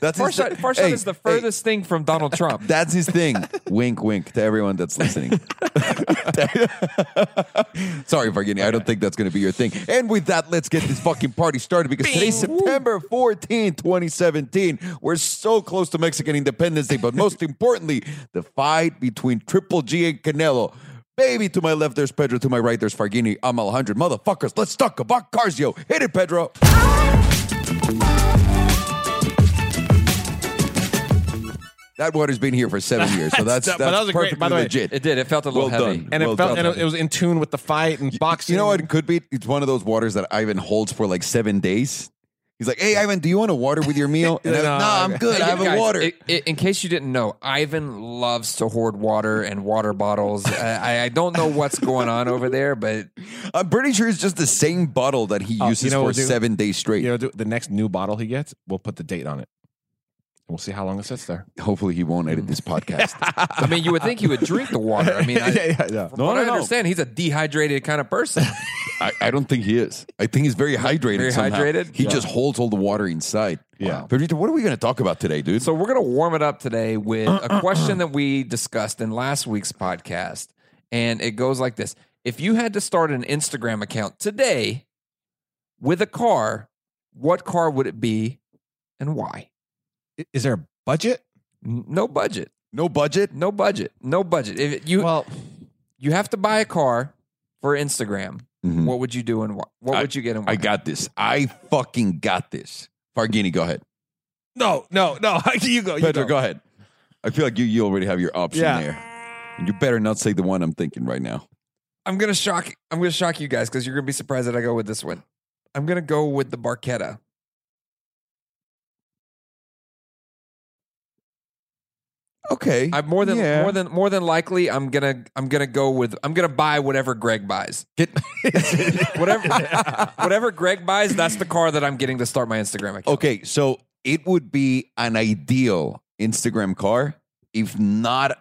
That's his Farshad, thi- Farshad Hey, is the hey, furthest thing from Donald Trump. that's his thing. wink, wink to everyone that's listening. Sorry, Vargini. I don't think that's going to be your thing. And with that, let's get this fucking party started because today's September 14, 2017. We're so close to Mexican Independence Day, but most importantly, the fight between Triple G and Canelo. Baby, to my left, there's Pedro. To my right, there's Fargini. I'm Alejandro. Motherfuckers, let's talk about Carzio. Hit it, Pedro. That water's been here for seven years, so that's, that's, But that was a great- perfectly by the way, legit. It did. It felt a little Well heavy. done. and it Well felt done. and it, it was in tune with the fight and boxing. You know what it could be? It's one of those waters that Ivan holds for like seven days. He's like, "Hey, Ivan, do you want a water with your meal?" And I'm like, "No, No. I'm good. I Hey, have guys, a water." i- i- in case you didn't know, Ivan loves to hoard water and water bottles. I, I don't know what's going on over there, but I'm pretty sure it's just the same bottle that he Oh, you uses know what for we'll do? seven days straight. You know, do- the next new bottle he gets, we'll put the date on it, and we'll see how long it sits there. Hopefully, he won't edit this podcast. I mean, you would think he would drink the water. I mean, I, Yeah, yeah, yeah. from No, what no, I no. understand, he's a dehydrated kind of person. I, I don't think he is. I think he's very hydrated. Very somehow. hydrated? He Yeah. just holds all the water inside. Yeah. Pedrito, what are we going to talk about today, dude? so we're gonna warm it up today with Uh, a question that we discussed in last week's podcast, and it goes like this: If you had to start an Instagram account today with a car, what car would it be, and why? Is there a budget? N- No budget. no budget. No budget. No budget. If you Well, you have to buy a car for Instagram, Mhm. what would you do and why? What would you get and why? I got this. I fucking got this. Fargini, go ahead. no, no, no. you go. Oh, You Pedro, go ahead. I feel like you you already have your option Yeah. there. And you better not say the one I'm thinking right now. I'm gonna shock. I'm gonna shock you guys because you're gonna be surprised that I go with this one. I'm gonna go with the Barquetta. Okay. I more than Yeah. more than more than likely I'm gonna I'm gonna go with I'm gonna buy whatever Greg buys. whatever whatever Greg buys, that's the car that I'm getting to start my Instagram account. okay, so it would be an ideal Instagram car if not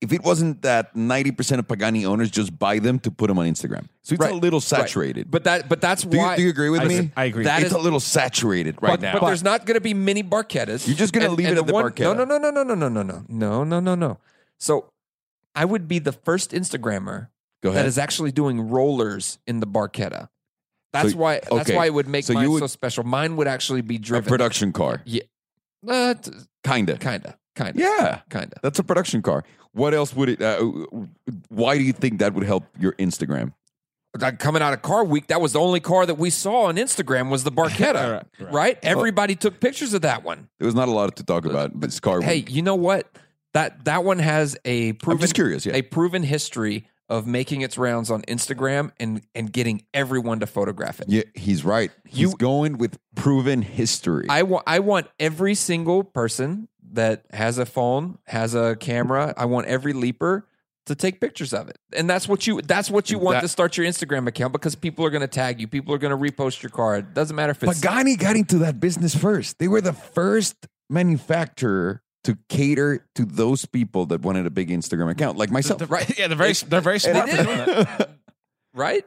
if it wasn't that 90% of Pagani owners just buy them to put them on Instagram. So it's Right. a little saturated. But that but that's Do, why you, do you agree with I me? agree. I agree. That It's is- a little saturated right but, now. but there's not going to be many Barquettas. You're just gonna leave it at the one- Barquetta. No, no, no, no, no, no, no, no, no, no, no, no. So I would be the first Instagrammer go ahead. that is actually doing rollers in the Barquetta. That's So- why. That's okay. why it would make So you mine would- so special. Mine would actually be a driven. production car. uh, Kinda. kinda, kinda, Yeah. kinda. That's a production car. What else would it? Uh, why do you think that would help your Instagram? Like coming out of Car Week, that was the only car that we saw on Instagram was the Barquetta, Right, right. right? Everybody took pictures of that one. There was not a lot to talk about this car. Hey, you know what? That that one has a proven I'm just curious. Yeah, a proven history of making its rounds on Instagram and and getting everyone to photograph it. yeah, he's right. He's You- going with proven history. I want I want every single person that has a phone, has a camera, I want every leaper to take pictures of it. And that's what you that's what you want That- to start your Instagram account because people are going to tag you, people are going to repost your card. Doesn't matter if it's Pagani got into that business first. They were the first manufacturer to cater to those people that wanted a big Instagram account, like myself. right Yeah, they're very they're very smart. did. for doing that. right?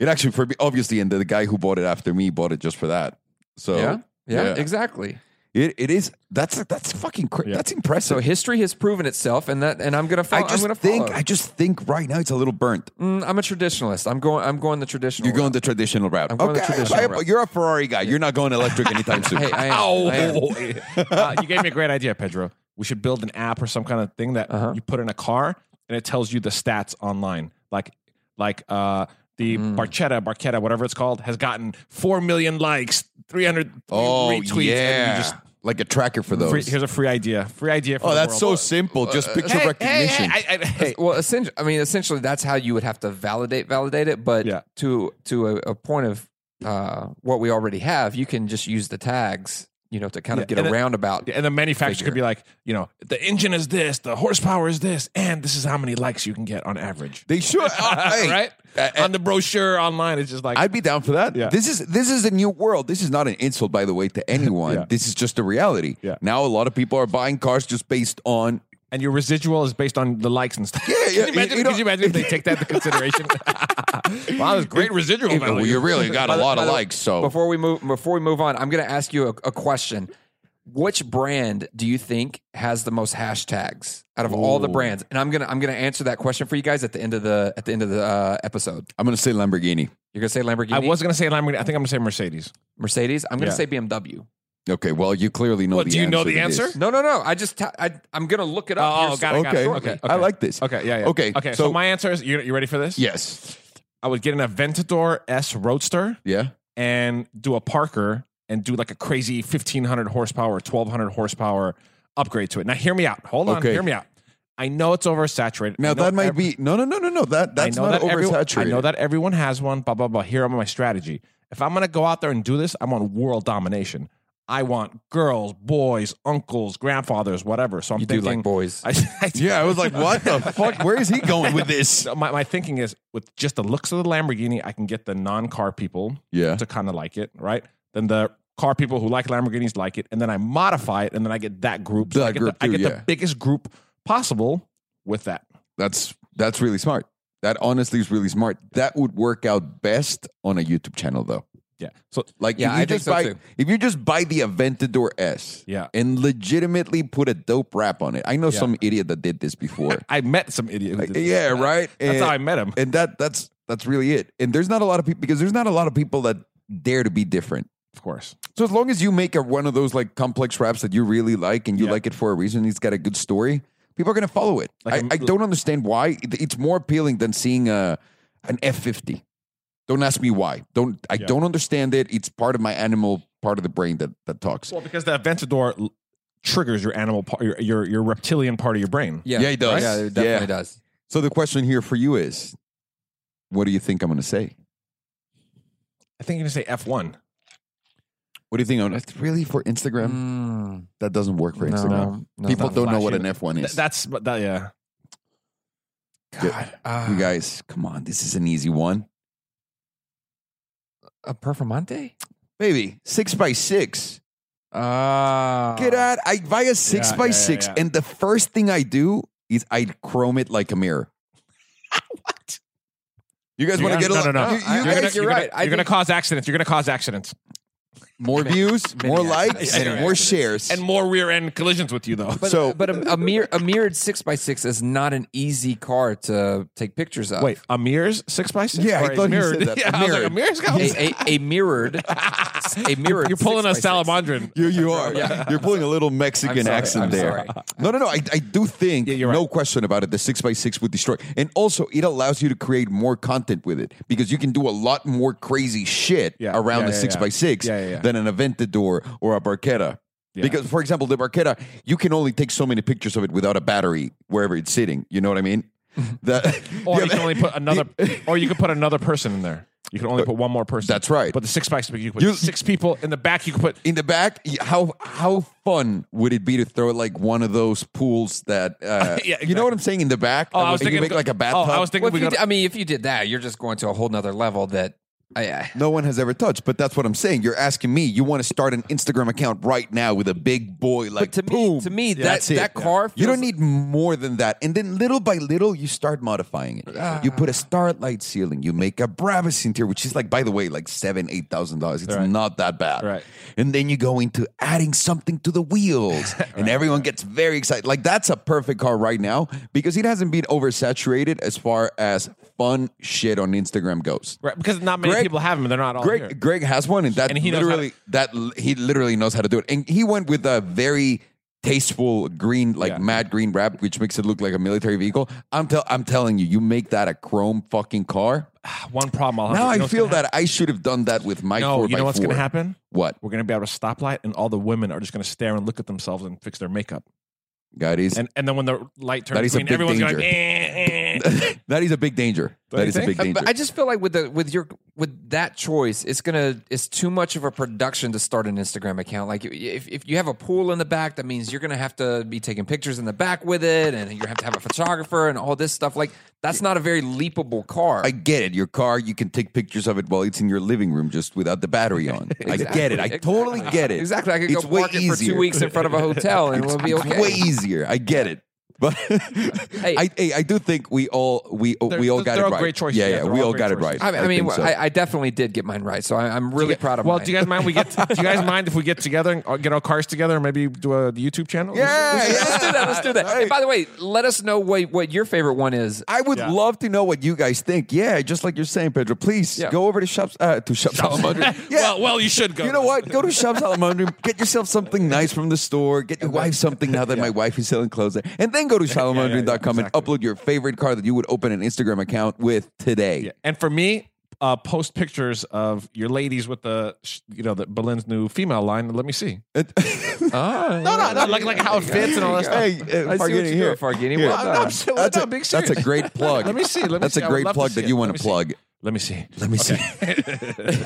It actually, for me, obviously, and the, the guy who bought it after me bought it just for that. So yeah. yeah. yeah. Exactly. it, it is. That's that's fucking. Cra- Yeah. That's impressive. So history has proven itself and that and I'm going to I follow I'm just going to think follow. I just think right now it's a little burnt. Mm, I'm a traditionalist. I'm going I'm going the traditional You're route. going the traditional route. I'm going the traditional route. You're a Ferrari guy. You're not going electric anytime soon. Hey, I am. I am. Uh, you gave me a great idea, Pedro. We should build an app or some kind of thing that Uh-huh. you put in a car and it tells you the stats online, like like uh, the Barchetta, Barchetta, whatever it's called, has gotten four million likes, three hundred Oh, retweets. and you yeah. just- like a tracker for those. free, here's a free idea. Free idea. For oh, the that's so world. Uh, simple. Just picture Hey, hey, recognition. Hey, I- I- hey. well essentially i mean essentially that's how you would have to validate validate it but Yeah. to to a, a point of uh, what we already have you can just use the tags you know to kind of Yeah, get and a it- roundabout And the manufacturer Figure. could be like, you know, the engine is this, the horsepower is this, and this is how many likes you can get on average. they should. uh, hey, right? uh, uh, on the brochure online, it's just like I'd be down for that. Yeah. This is this is a new world. This is not an insult, by the way, to anyone. Yeah. This is just a reality. Yeah. Now a lot of people are buying cars just based on. and your residual is based on the likes and stuff. Yeah, yeah, Can you imagine, you know- could you imagine if they take that into consideration? wow, that's great residual Well, value. you really got a lot of likes. So before we move before we move on i'm going to ask you a, a question Which brand do you think has the most hashtags out of all the Ooh. brands? And I'm gonna I'm gonna answer that question for you guys at the end of the at the end of the uh, episode. I'm going to say Lamborghini. You're gonna say Lamborghini, I was gonna say Lamborghini. I think I'm gonna say Mercedes. Mercedes. I'm gonna Yeah. say BMW. Okay, well, you clearly know What, the do you know answer the to this. answer? No, no, no. I just I I, I'm gonna look it up. Oh, You're- got it. Okay. shortly. I Okay. like this. Okay, yeah, yeah. Okay, okay. So, so- my answer is you. You ready for this? Yes. I would get an Aventador S Roadster Yeah. and do a Parker and do like a crazy 1500 horsepower, 1200 horsepower upgrade to it. Now, hear me out. Hold on. Okay. Hear me out. I know it's oversaturated. Now I know that might ev- be no, no, no, no, no. That that's I know not that everyone, oversaturated. I know that everyone has one. Blah blah blah. Here are my strategy. If I'm gonna go out there and do this, I want world domination. I want girls, boys, uncles, grandfathers, whatever. So I'm You do thinking, like boys. I, I do. Yeah, I was like, what the fuck? Where is he going with this? So my, my thinking is with just the looks of the Lamborghini, I can get the non car people Yeah. to kind of like it, right? Then the car people who like Lamborghinis like it, and then I modify it, and then I get that group. I That get, group the, I too, get yeah. the biggest group possible with that. That's that's really smart. That honestly is really smart. That would work out best on a YouTube channel though. Yeah. So Like Yeah, if I you think just so, buy too. if you just buy the Aventador S yeah, and legitimately put a dope rap on it. I know Yeah. some idiot that did this before. I met some idiot. who Like, did this. yeah, right. That's and, how I met him. and that that's that's really it. And there's not a lot of people because there's not a lot of people that dare to be different. Of course. So as long as you make a, one of those like complex raps that you really like and you Yeah. like it for a reason, it's got a good story. People are gonna follow it. Like I I a- I don't understand why It- it's more appealing than seeing a an F fifty. Don't ask me why. Don't I Yeah. don't understand it. It's part of my animal part of the brain that that talks. Well, because the Aventador l- triggers your animal, part, your, your your reptilian part of your brain. yeah, Yeah, he does. Yeah, it definitely Yeah. does. So the question here for you is, what do you think I'm gonna say? I think you're gonna say F one. What do you think? I'm, that's really for Instagram? Mm, That doesn't work for no, Instagram. no, People no. don't know flashy. what an F one is. that's but that, yeah. God, uh, you guys, come on, this is an easy one. uh, a performante. Baby, six by six. Ah, Get out! I buy a six Oh. Yeah, by yeah, yeah, six, yeah. and the first thing I do is I chrome it like a mirror. What? You guys You want to guys- get a no, lot- no, no. You, I- you I guys, You're, gonna, think you're, you're gonna, right. I you're gonna think- cause accidents. You're gonna cause accidents more views, many more accidents. likes, Yeah, and yeah, more accidents. shares. and more rear end collisions with you though. But, So- but a, a mir- a mirrored six by six is not an easy car to take pictures of. Wait, Amir's six by six? Yeah, I Or a thought you mirrored? said that. Yeah, A I was like, mirrored. Amir's got a, a, a mirrored, a mirrored. You're pulling a six by six. salamandrin. you, you are. You're pulling a little Mexican I'm sorry, accent I'm there. sorry. No, no, no. I, I do think, Yeah, you're no right. question about it, the six by six would destroy. And also, it allows you to create more content with it because you can do a lot more crazy shit Yeah, around yeah, the yeah, six yeah. by six Yeah, yeah, yeah. than an Aventador or a Barquetta. Yeah. Because, for example, the Barquetta, you can only take so many pictures of it without a battery wherever it's sitting. You know what I mean? The, Mm-hmm. Or Yeah, you can only put another or you can put another person in there. You can only put one more person. That's right. But the six by six you can put You- six people in the back you can put in the back, y- how how fun would it be to throw like one of those pools that uh, Yeah, you know what I'm saying in the back? Oh, I And was you thinking make like a Oh, bathtub. I was thinking Well, we if you got d- I mean, if you did that, you're just going to a whole nother level. That I, I no one has ever touched, but that's what I'm saying. You're asking me. You want to start an Instagram account right now with a big boy like but to boom. me, to me, that that's it. that car. you don't need feels- more than that. And then little by little, you start modifying it. you put a starlight ceiling. You make a Brabus interior, which is like, by the way, like seven, eight thousand dollars. It's Right. not that bad. Right. And then you go into adding something to the wheels, and everyone gets very excited. Like that's a perfect car right now because it hasn't been oversaturated as far as fun shit on Instagram goes. right, because not many Greg- people have them and they're not all Greg here. Greg has one, and that And he he knows how literally that l- he literally knows how to do it. And he went with a very tasteful green, like Yeah. matte green wrap, which makes it look like a military vehicle. I'm tell I'm telling you, you make that a chrome fucking car. Ah, One problem I'll have- now you know I what's feel gonna happen? that I should have done that with my No, four you by know what's four. gonna happen? What? We're gonna be at a stoplight and all the women are just gonna stare and look at themselves and fix their makeup. That is And and then when the light That turns is a green, big everyone's danger. going. Eh, eh. that is a big danger. Don't That you is a think? big danger. But I just feel like with the with your with that choice, it's gonna it's too much of a production to start an Instagram account. Like if if you have a pool in the back, that means you're gonna have to be taking pictures in the back with it, and you have to have a photographer and all this stuff. Like that's not a very leapable car. I get it. Your car, you can take pictures of it while it's in your living room, just without the battery on. I get it. I Exactly. totally get it. exactly. I could It's go way park it for easier. two weeks in front of a hotel, and it It's will be okay. way easier. I get it. But Hey. I, hey, I do think we all we we They're- all got they're it all right. great choices. Yeah, Yeah, yeah, they're we all all great got it choices. right. I mean, I, mean, think so. I, I definitely did get mine right, so I, I'm really proud of Well, mine. do you guys mind we get? Do you guys mind if we get together and uh, get our cars together and maybe do a YouTube channel? yeah, Yeah, yeah. let's do that. Let's do that. Right. And by the way, let us know what, what your favorite one is. I would Yeah. love to know what you guys think. Yeah, just like you're saying, Pedro. Please Yeah. go over to shops uh, to shop salamandra. Yeah. Well, well, you should go. you know what? Go to Shop Salamandra. Get yourself something nice from the store. Get your wife something now that my wife is selling clothes there. And then go to salamandrian.com and upload your favorite car that you would open an Instagram account with today. Yeah. And for me, uh, post pictures of your ladies with the, sh- you know, the Berlin's new female line. and Let me see. Ah, Oh, No, no, no. Like, like how it fits and all that stuff. Hey, uh, I see what Farghini you're here. doing, Farghini. Here. Well I'm done. not so- That's, no, a, I'm being that's a serious. great plug. Let me see. Let me that's see. a I would great love to plug see that it. you Let want me to see. plug. Let me see. Let me see.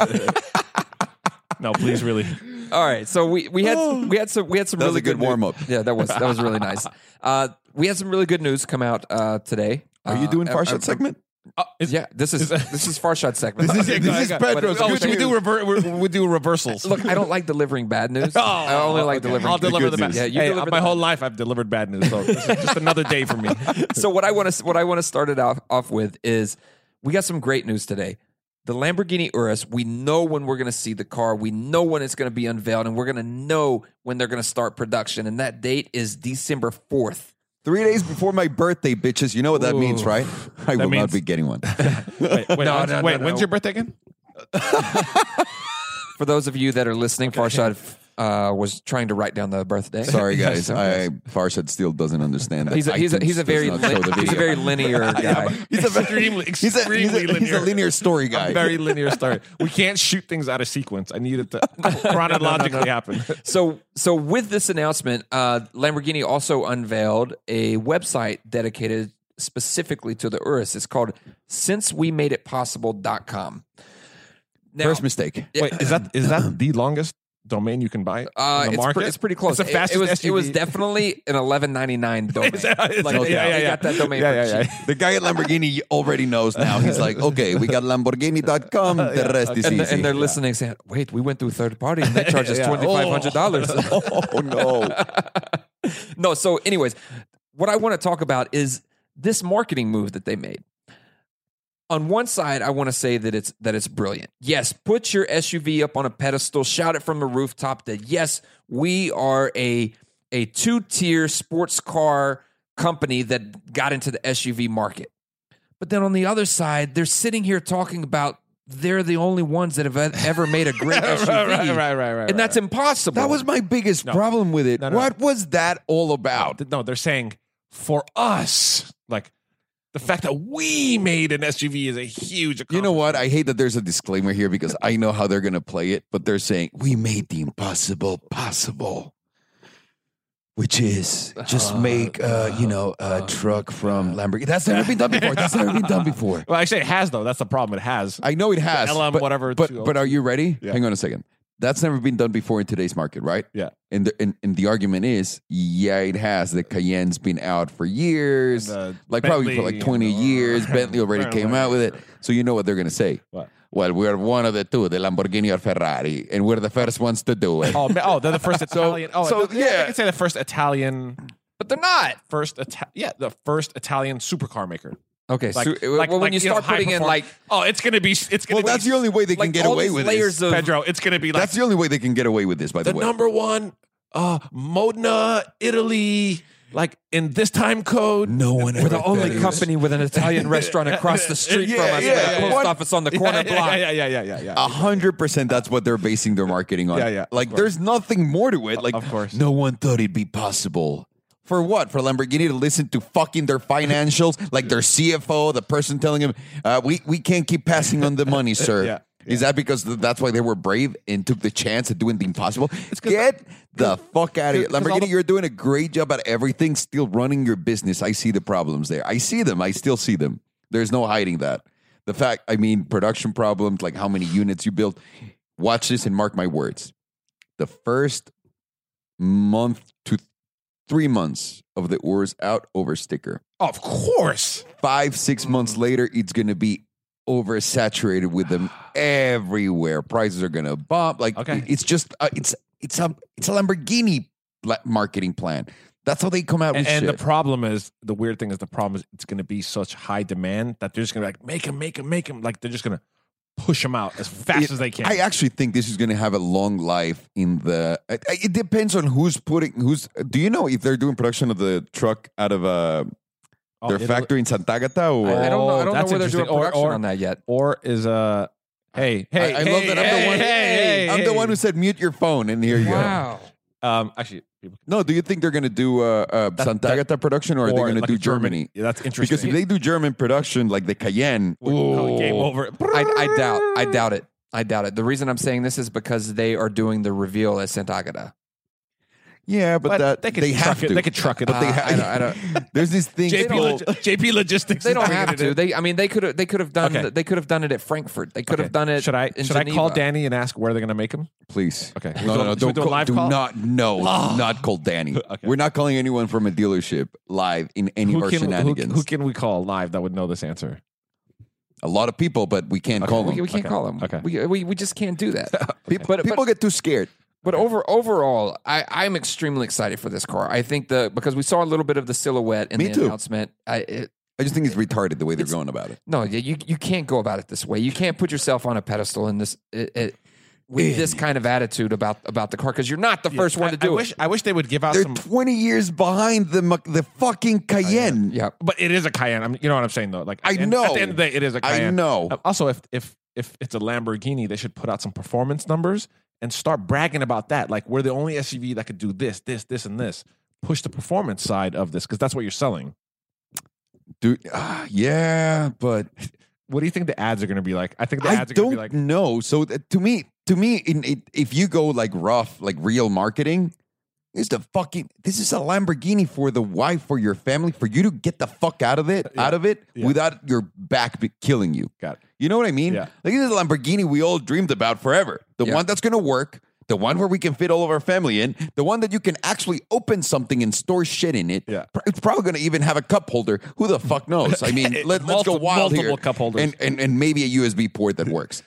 No, please, really. All right, so we, we had we had some we had some Oh. That was really a good new- warm-up. Yeah, that was that was really nice. Uh, we had some really good news come out uh, today. Are you Uh, doing uh, Farshad uh, segment? Uh, is- Yeah, this is this is Farshad segment. This is- Okay, this go is ahead, go ahead. Pedro's Oh, good should we do news. rever- we- we do reversals. Oh, Look, I don't like delivering bad news. Oh, I only like okay. delivering. I'll good deliver the news. bad. Yeah, you Hey, uh, deliver my the- whole life I've delivered bad news. So this is just another day for me. So what I want to what I want to start it off off with is we got some great news today. The Lamborghini Urus, we know when we're going to see the car. We know when it's going to be unveiled, and we're going to know when they're going to start production. And that date is December fourth. Three days before my birthday, bitches. You know what that means, Ooh. right? I will not means- be getting one. Wait, wait, No, when's- no, no, wait, no. when's your birthday again? For those of you that are listening, Farshad uh, was trying to write down the birthday. Sorry, guys. I Farshad still doesn't understand that. He's a, he's a, he's a iTunes very does not show li- the he's a video. very linear guy. He's a very- Extremely, he's a, extremely he's a, linear. he's a linear story guy. Very linear story. We can't shoot things out of sequence. I need it to chronologically happen. So, so with this announcement, uh, Lamborghini also unveiled a website dedicated specifically to the Urus. It's called sinceWeMadeItPossible.com. Now, First mistake. Wait, is that is that the longest domain you can buy uh, in the it's, market? pre- it's pretty close. It's the It- fastest it, was, it SUV. was definitely an eleven ninety nine domain. It's- it's- Like, yeah, they- yeah, they yeah. got that domain Yeah, for yeah, cheap. yeah. The guy at Lamborghini already knows now. He's like, okay, we got Lamborghini.com. The rest is And, easy. the- and they're listening, saying, "Wait, we went through third party, and they charge us Yeah. twenty five hundred dollars." oh, no. No, so anyways, what I want to talk about is this marketing move that they made. On one side, I want to say that it's that it's brilliant. Yes, put your SUV up on a pedestal, shout it from the rooftop that yes, we are a a two-tier sports car company that got into the SUV market. But then on the other side, they're sitting here talking about they're the only ones that have e- ever made a great SUV. right, right, right, right, right. And that's impossible. That was my biggest problem with it. No, no, no. What was that all about? right. no. They're saying for us, like the fact that we made an SUV is a huge. You know what? I hate that there's a disclaimer here because I know how they're going to play it, but they're saying, we made the impossible possible, which is just make, uh, you know, a truck from Lamborghini. That's never been done before. That's never been done before. Well, actually, it has though. That's the problem. It has. I know it has. LM but, whatever But, 202. but are you ready? Yeah. Hang on a second. That's never been done before in today's market, right? Yeah. And the, and, and the argument is, yeah, it has. The Cayenne's been out for years, And the like probably for Bentley like 20 and the- years. Bentley already came out with it. So you know what they're going to say. What? Well, we're one of the two, the Lamborghini or Ferrari, and we're the first ones to do it. oh, ma- oh, they're the first Italian. Oh, so, yeah, yeah. I can say the first Italian, but they're not. first Ita- yeah, the first Italian supercar maker. Okay, Like, so uh, like- well, when like, you know, start high putting in perform- like oh, it's gonna be, it's gonna well, be that's the only way they can like get all away these with layers this. of Pedro. It's gonna be like that's the only way they can get away with this, by the, the way. number one uh Modena, Italy, like in this time code. no one We're the only company with an Italian restaurant across the street Yeah, from us, with yeah, a yeah, post yeah. office on the corner yeah, block. Yeah, yeah, yeah, yeah, yeah. A hundred percent. That's what they're basing their marketing on. Yeah, yeah, of Like, course. there's nothing more to it. Like, of course. no one thought it'd be possible. For what? For Lamborghini to listen to fucking their financials, like their CFO, the person telling him, uh, "We we can't keep passing on the money, sir." Yeah, Is that because th- that's why they were brave and took the chance at doing the impossible? Get the fuck out of here, 'cause- 'cause all Lamborghini! the- you're doing a great job at everything. Still running your business. I see the problems there. I see them. I still see them. There's no hiding that. The fact, I mean, production problems, like how many units you built. Watch this and mark my words. The first month to three months of the Urs out over sticker. Of course. Five, six Mm. months later, it's going to be oversaturated with them everywhere. Prices are going to bump. Like Okay. it's just uh, it's it's a it's a Lamborghini pla- marketing plan. That's how they come out And, with and the shit. problem is, the weird thing is, the problem is it's going to be such high demand that they're just going to like make him, make him, make him. Like they're just going to push him out as fast as they can. I actually think this is going to have a long life in the. It, it depends on who's putting who's. Do you know if they're doing production of the truck out of uh, Oh, their it'll- factory in Santa Agata? Or I, I don't know. I Oh, don't know that's whether they're doing interesting. Or- production or- on that yet. or is uh, hey, hey, I, I love hey, that I'm the hey, one. hey, I'm the hey. one who said mute your phone, and here you go. Wow. Um, actually, people- No, do you think they're going to do uh, uh, Santa that- Agata production, or are they or going to like do a Germany? Yeah, that's interesting. Because if they do German production, like the Cayenne, Oh, game ooh. over. I, I doubt. I doubt it. I doubt it. The reason I'm saying this is because they are doing the reveal at Santa Agata. yeah, but, that they they, could truck have it. to. They could truck it. but they Uh, ha- I don't- I don't- There's this thing. JP, called- log- JP Logistics. They is don't bringing have it to. in. They. I mean, they could have. They could have done. Okay. They could have done it at Frankfurt. They could Okay. have done it. Should I? in Should I call Geneva. Danny and ask where they're going to make him? Please. Okay. No, no, no. Should we Don't do a call, live do call? Ah. not, no, do not call Danny. Okay. We're not calling anyone from a dealership live in any of Who our can, who, shenanigans. who can we call live that would know this answer? a lot of people, but we can't call them. We, we can't Okay. call them. Okay. We, we we just can't do that. people But- but- people get too scared. But over overall, I, I'm extremely excited for this car. I think the because we saw a little bit of the silhouette in Me the too. announcement. I it, I just think it's retarded the way they're going about it. no, you you- you can't go about it this way. You can't put yourself on a pedestal in this it, it, with this kind of attitude about about the car because you're not the first one to I, do I it. wish I wish they would give out They're some. 20 years behind the Mac- the fucking Cayenne. yeah, But it is a Cayenne. I'm, you know what I'm saying though. Like I and At know. the end of the day, it is a Cayenne. I know. Uh, Also, if if if it's a Lamborghini, they should put out some performance numbers and start bragging about that. Like we're the only SUV that could do this, this, this, and this. Push the performance side of this because that's what you're selling. Dude, ah, yeah, but What do you think the ads are going to be like? I think the I ads are going don't to be like. know. So th- to me, to me, in, it, if you go like rough, like real marketing, is the fucking this is a Lamborghini for the wife, for your family, for you to get the fuck out of it, Yeah. out of it, Yeah. without your back be- killing you. Got it. You know what I mean? Yeah. Like this is a Lamborghini we all dreamed about forever. The Yeah. one that's gonna work. The one where we can fit all of our family in, the one that you can actually open something and store shit in it. Yeah. Pr- It's probably going to even have a cup holder. Who the fuck knows? I mean, let, let's go Multiple- wild here. multiple cup holders. And, and and maybe a USB port that works.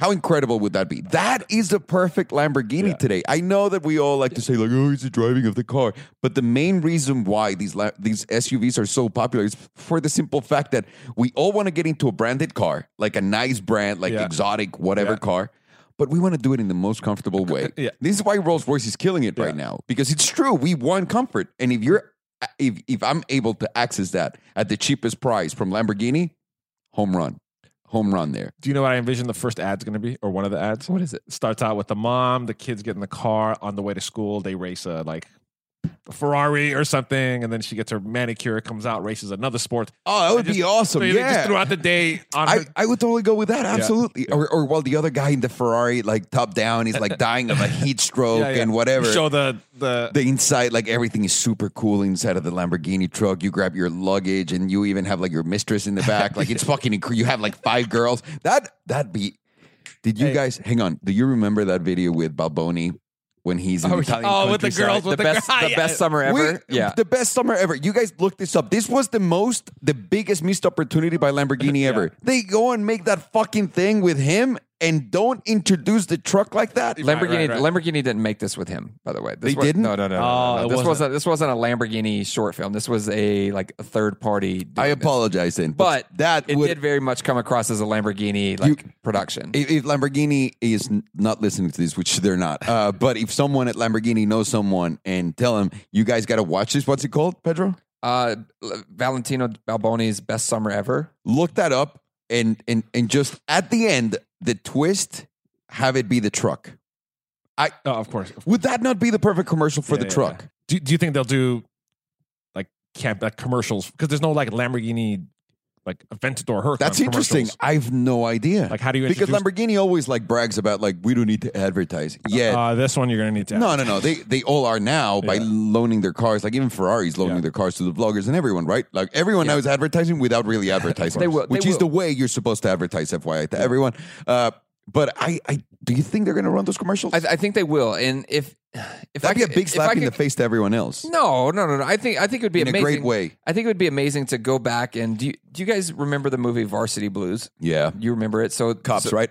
How incredible would that be? That is the perfect Lamborghini Yeah. today. I know that we all like to say like, "Oh, it's the driving of the car," but the main reason why these la- these SUVs are so popular is for the simple fact that we all want to get into a branded car, like a nice brand, like Yeah. exotic, whatever Yeah. car, but we want to do it in the most comfortable way. Yeah. This is why Rolls Royce is killing it right Yeah. now because it's true. We want comfort, and if you're if if I'm able to access that at the cheapest price from Lamborghini, home run, home run there. Do you know what I envision the first ad's going to be, or one of the ads? What is it? starts out with the mom, the kids get in the car on the way to school, they race a like a Ferrari or something, and then she gets her manicure, comes out, races another sport. Oh, that would They be just- awesome. they- they yeah. just throughout the day on I, her- I would totally go with that. Absolutely. Or, or while the other guy in the Ferrari, like top down, is like dying of a heat stroke Yeah, yeah. and whatever. Show the the the inside, like everything is super cool inside of the Lamborghini truck. You grab your luggage and you even have like your mistress in the back. Like it's fucking incredible. You have like five girls. That, that'd be. Did you Hey. guys, hang on. Do you remember that video with Balboni when he's in Oh, the yeah. Italian oh with the countryside? girls the with the, best girl- the yeah. best summer ever. We- yeah, The best summer ever. You guys look this up. This was the most, the biggest missed opportunity by Lamborghini ever. They go and make that fucking thing with him and don't introduce the truck like that. Right, Lamborghini right, right. Lamborghini didn't make this with him, by the way. This They didn't? No, no, no. no, no, Oh, no. it This wasn't. wasn't. This wasn't a Lamborghini short film. This was a like a third party. doing I this. apologize then. but that it would. did very much come across as a Lamborghini like production. if if Lamborghini is n- not listening to this, which they're not, uh, but if someone at Lamborghini knows someone and tell them, you guys got to watch this, what's it called, Pedro? uh, L- Valentino Balboni's best summer ever. Look that up and, and, and just at the end, the twist, have it be the truck. Oh, of course. Would that not be the perfect commercial for Yeah, the yeah, truck? yeah. Do do you think they'll do like camp like commercials? Because there's no like Lamborghini like Aventador Huracan. That's interesting. commercials. I've no idea. Like how do you because introduce Lamborghini always like brags about like we don't need to advertise. Yeah. uh, this one you're gonna need to no, no, no. They they all are now by Yeah. loaning their cars. Like even Ferrari's loaning Yeah. their cars to the vloggers and everyone, right? Like everyone now is advertising without really advertising, They will- which they is will. the way you're supposed to advertise. FYI to everyone. Uh, but I, I do you think they're going to run those commercials? I, I think they will. And if if I That'd be could- a big if slap I in the could- face to everyone else. No, no, no, no. I think I think it would be In a amazing. great way. I think it would be amazing to go back and do. You, do you guys remember the movie Varsity Blues? Yeah, You remember it? So cops, so- right?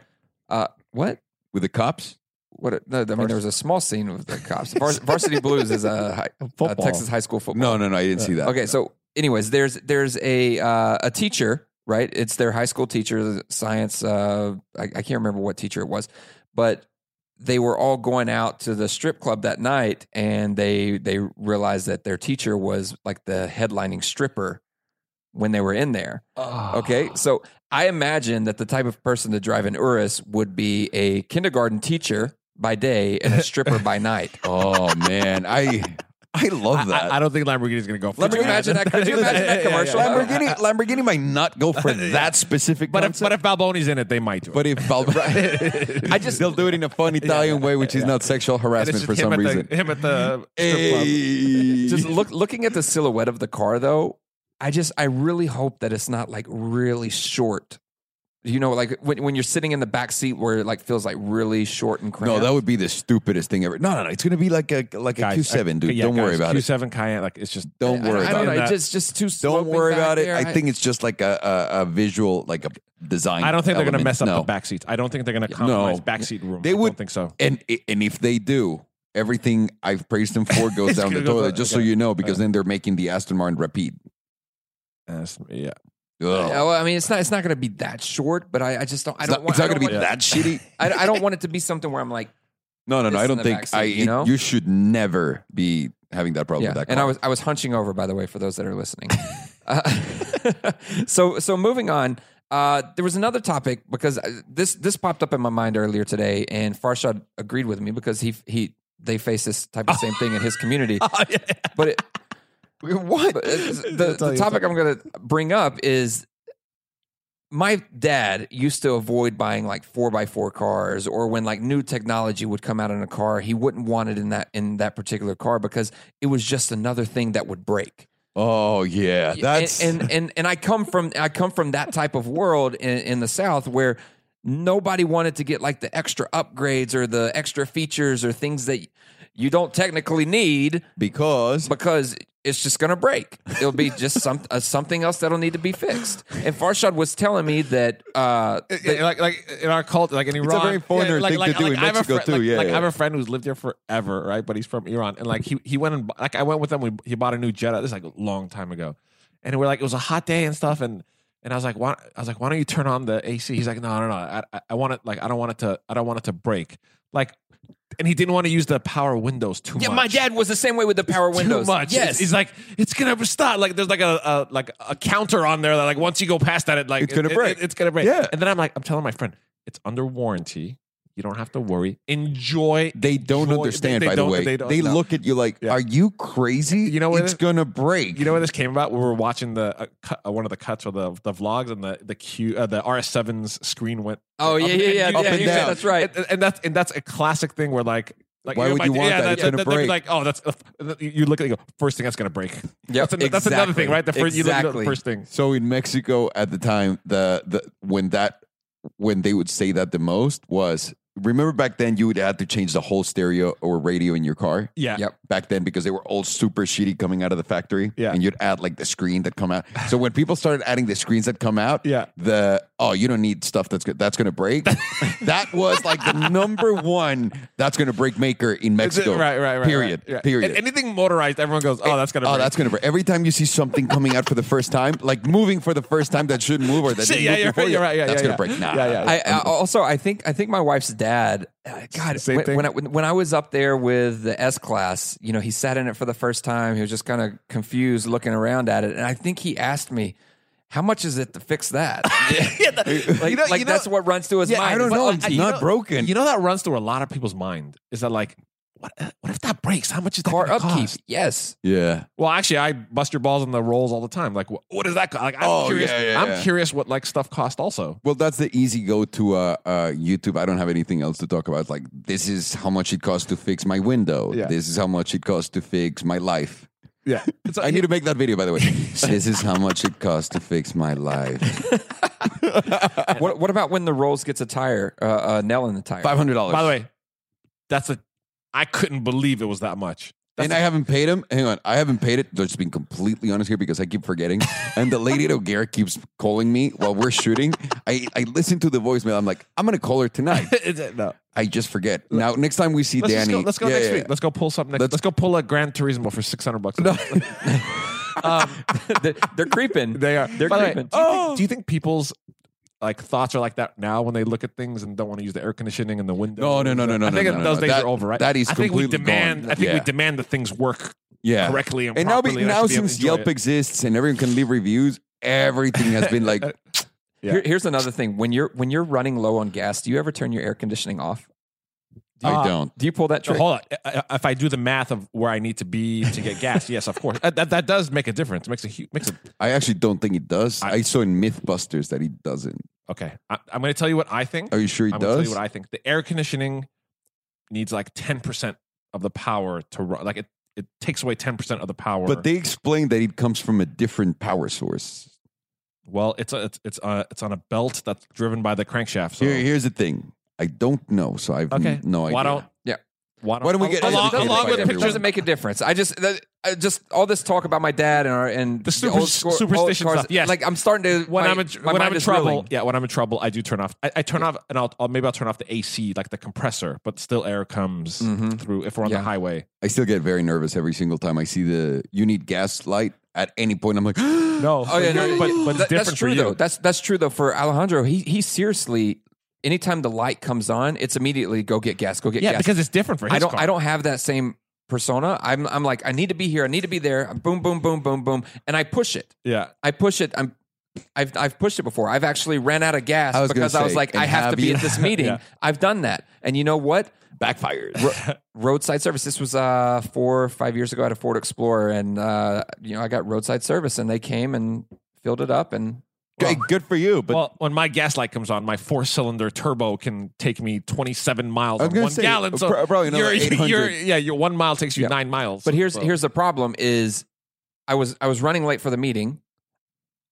Uh, what? With the cops. What? No, I mean, there was a small scene with the cops. Vars- Varsity Blues is a, high, Uh, a Football. Texas high school football. No, no, no. I didn't see that. Uh, Okay, so anyways, there's there's a uh, a teacher, right? It's their high school teacher, science. Uh, I, I can't remember what teacher it was, but they were all going out to the strip club that night, and they they realized that their teacher was like the headlining stripper when they were in there. Okay, so I imagine that the type of person to drive an Urus would be a kindergarten teacher by day and a stripper by night. Oh man, I I love that. I, I don't think Lamborghini's going to go. For Let me that. imagine that- could you imagine that commercial? I- Lamborghini, Lamborghini might not go for that specific. But if, concept, but if Balboni's in it, they might do it. but if I just they'll do it in a fun Italian way, which is not sexual And harassment it's for just some him at reason. The, him at the strip club. Hey. just look looking at the silhouette of the car though i just i really hope that it's not like really short you know like when, when you're sitting in the back seat where it like feels like really short and cramped no, that would be the stupidest thing ever. No, no, no. It's gonna be like a like a Q Guys, seven, I- dude. yeah, don't worry guys, about it. Q7 Cayenne, like it's just Don't I- I- worry I, about don't it. know, That- it's just just too Don't sloping worry back about it. there. I think it's just like a a, a visual like a design. I don't think they're going to element. mess up no. the back seats. I don't think they're going to compromise No. back seat room. They I would- don't think so. And and if they do, everything I've praised them for goes It's down the gonna go toilet. down, Just so okay. you know, because Okay. then they're making the Aston Martin repeat. That's- yeah. Ugh. Yeah, well, i mean it's not it's not going to be that short but i, I just don't i It's don't not, want it's not I going don't to be that want- shitty. I, I don't want it to be something where i'm like No, no, no. It's I in don't the think backseat, I. you it- know? you should never be having that problem yeah with that. and i car. was i was hunching over by the way for those that are listening uh, so so moving on uh, there was another topic because uh, this this popped up in my mind earlier today, and Farshad agreed with me because he he they face this type of same thing in his community. But it, what? but it's- I'll the, tell the you topic I'm going to bring up is my dad used to avoid buying like four by four cars, or when like new technology would come out in a car, he wouldn't want it in that in that particular car because it was just another thing that would break. Oh yeah, that's and, and and and I come from I come from that type of world in, in the South where nobody wanted to get like the extra upgrades or the extra features or things that you don't technically need because because it's just going to break. It'll be just some uh, something else that'll need to be fixed. And Farshad was telling me that uh, Yeah, like like in our culture, like in Iran, very foreigner thing to do in I have a Mexico, friend- too. like- Yeah, like yeah. I have a friend who's lived here forever, right? But he's from Iran, and like he he went and bu- like I went with him. We, he bought a new Jetta. This is like a long time ago, and we're like it was a hot day and stuff, and and I was like, why? I was like, why don't you turn on the AC? He's like, no, no, no. I I, I want it like I don't want it to I don't want it to break. Like, and he didn't want to use the power windows too yeah, much. my dad was the same way with the power windows. Too much. Yes, he's like, it's gonna stop. Like, there's like a, a like a counter on there that like once you go past that, it like It's gonna it- it- break. it's gonna break. Yeah. And then I'm like, I'm telling my friend, it's under warranty. You don't have to worry. Enjoy. they don't enjoy- understand. they- they by don't- the way, they, don't know. look at you like, Yeah. "Are you crazy? You know what it's it- gonna break." You know where this came about? We were watching the uh, cut, uh, one of the cuts or the the vlogs, and the the Q uh, the RS7's screen went. Oh, yeah, up and- yeah, yeah, you- yeah, you- yeah, that's right. And, and that's and that's a classic thing where like. Like, Why you know, would my- you want yeah, that? It's that- gonna that'd be break. Like, oh, that's uh, you look at it, and go first thing that's gonna break. Yep, that's, an, that's another exactly. thing, right? The first you look at the Exactly. first thing. So in Mexico at the time, the the when that when they would say that the most was remember back then you would have to change the whole stereo or radio in your car. Yeah. Yep. Back then, because they were all super shitty coming out of the factory, Yeah. and you'd add like the screen that come out. So when people started adding the screens that come out, Yeah. the oh you don't need stuff that's good that's gonna break. that was like the number one that's gonna break maker in It's- Mexico. Right, right, right. Period. right, right. Period. And anything motorized, everyone goes, oh, that's gonna. Oh, break. that's gonna break. Every time you see something coming out for the first time, like moving for the first time that shouldn't move or that Shit, didn't yeah, move you're before right, you, you're right, yeah, that's yeah, gonna break. yeah. Nah, Yeah, yeah. I, I also I think I think my wife's dad. uh, God, Same when, thing. when I, when, when I was up there with the S class, you know, he sat in it for the first time. He was just kind of confused, looking around at it, and I think he asked me. How much is it to fix that? like you know- like you know- that's what runs through his Yeah, mind. I don't It's know. like, It's I- not broken. You know that runs through a lot of people's mind. Is that like, what? uh, What if that breaks? How much is that car gonna upkeep. cost? Yes. yeah. Well, actually, I bust your balls on the rolls all the time. Like, wh- what is that? co- Like, I'm Oh, curious. yeah, yeah, I'm yeah. curious what like stuff cost. Also, Well, that's the easy go to uh, uh, YouTube. I don't have anything else to talk about. Like this is how much it costs to fix my window. Yeah. This is how much it costs to fix my life. yeah. It's I need to make that video, by the way. this is how much it costs to fix my life. What What about when the Rolls gets a tire, uh, a nail in the tire? Five hundred dollars. by the way, that's a. I couldn't believe it was that much. and I haven't paid him. Hang on, I haven't paid it. Just being completely honest here because I keep forgetting. And the lady at O'Gara keeps calling me while we're shooting. I, I listen to the voicemail. I'm like, I'm gonna call her tonight. Is it- uh, no. I just forget. Now next time we see Let's just Danny, go, let's go Yeah, next yeah, week. Let's go pull something. Next, Let's- let's, go pull a Gran Turismo for six hundred bucks. they're, they're creeping. They are. They're By the way, creeping. do, you think, do you think people's like thoughts are like that now when they look at things and don't want to use the air conditioning and the window? No, no, no, no, no, I think no, no, those no. days That- are over, right? that is I think we completely demand. gone. I think Yeah. we demand that things work yeah. correctly and, And now, be, properly. I now should be able to since enjoy Yelp it. exists and everyone can leave reviews, everything has been Uh, like Yeah. Here- here's another thing: when you're when you're running low on gas, do you ever turn your air conditioning off? I Ah. don't. Do you pull that No, trick? hold on. I- I- If I do the math of where I need to be to get gas, yes, of course. That, that, that does make a difference. It makes a huge. Makes a I actually don't think he does. I, I- saw in MythBusters that he doesn't. okay. I, I'm going to tell you what I think. Are you sure he I'm gonna Oh, does? tell you what I think. The air conditioning needs like 10 percent of the power to run. Like it, it takes away 10 percent of the power. but they explained that it comes from a different power source. well, it's a, it's it's a, it's on a belt that's driven by the crankshaft. So Here, here's the thing. I don't know, so I've okay, n- no idea. Why don't Yeah. Why don't, Why don't we get Doesn't- along, educated doesn't, by along make with a everyone? difference. pictures doesn't of make a difference. I just that, I just all this talk about my dad and our and The super- old score- superstition old cars, stuff, yes. like I'm starting to when my- I'm in, my when mind I'm in is trouble, reeling. yeah, when I'm in trouble, I do turn off. I, I turn off, and I'll, I'll maybe I'll turn off the AC, like the compressor, but still air comes Mhm. through if we're on Yeah. the highway. I still get very nervous every single time I see the you need gas light at any point. I'm like, No, Oh yeah, no, but but it's that- different that's true for you. though. That's that's true though for Alejandro. He he seriously, anytime the light comes on, it's immediately go get gas, go get yeah, gas. because it's different for his I don't car. I don't have that same persona. I'm I'm like I need to be here, I need to be there. Boom, boom, boom, boom, boom, and I push it. Yeah, I push it. I'm. I've I've pushed it before. I've actually ran out of gas I was gonna because I was say, like, I and have have to be you- at this meeting. Yeah. I've done that, and you know what? backfired. roadside service. This was uh, four or five years ago. I had a Ford Explorer, and uh, you know I got roadside service, and they came and filled it up, and Okay, good for you, but well, when my gas light comes on, my four-cylinder turbo can take me 27 miles I was on gonna one say, gallon. So pro- probably another you're, 800. you're, yeah, your one mile takes you Yeah. nine miles. But here's So- here's the problem: is I was I was running late for the meeting.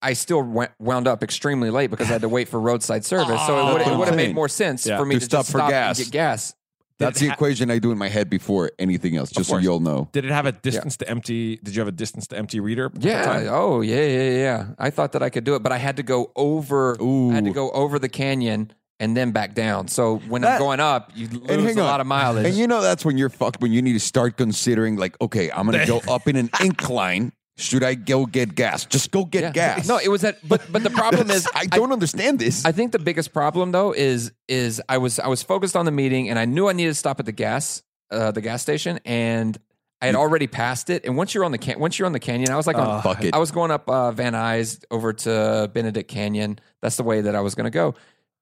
I still went, wound up extremely late because I had to wait for roadside service. so it Oh. would, it would have made Insane. more sense Yeah. for me to, To stop just for stop gas. and get gas. that's the equation I do in my head before anything else, just so course. you'll know. did it have a distance to empty? Did you have a distance to empty reader? at the Yeah. time? Oh yeah yeah yeah. I thought that I could do it, but I had to go over. I had to Ooh. go over the canyon and then back down. So when That- I'm going up, you lose hang a on. lot of mileage. And you know that's when you're fucked when you need to start considering like, okay, I'm gonna go up in an incline. Should I go get gas? Just go get Yeah. gas. No, it was that. But but the problem is I don't understand this. I think the biggest problem though is is I was I was focused on the meeting and I knew I needed to stop at the gas uh, the gas station and I had already passed it and once you're on the can- once you're on the canyon I was like Ah, on, Fuck it. I was going up uh, Van Nuys over to Benedict Canyon that's the way that I was going to go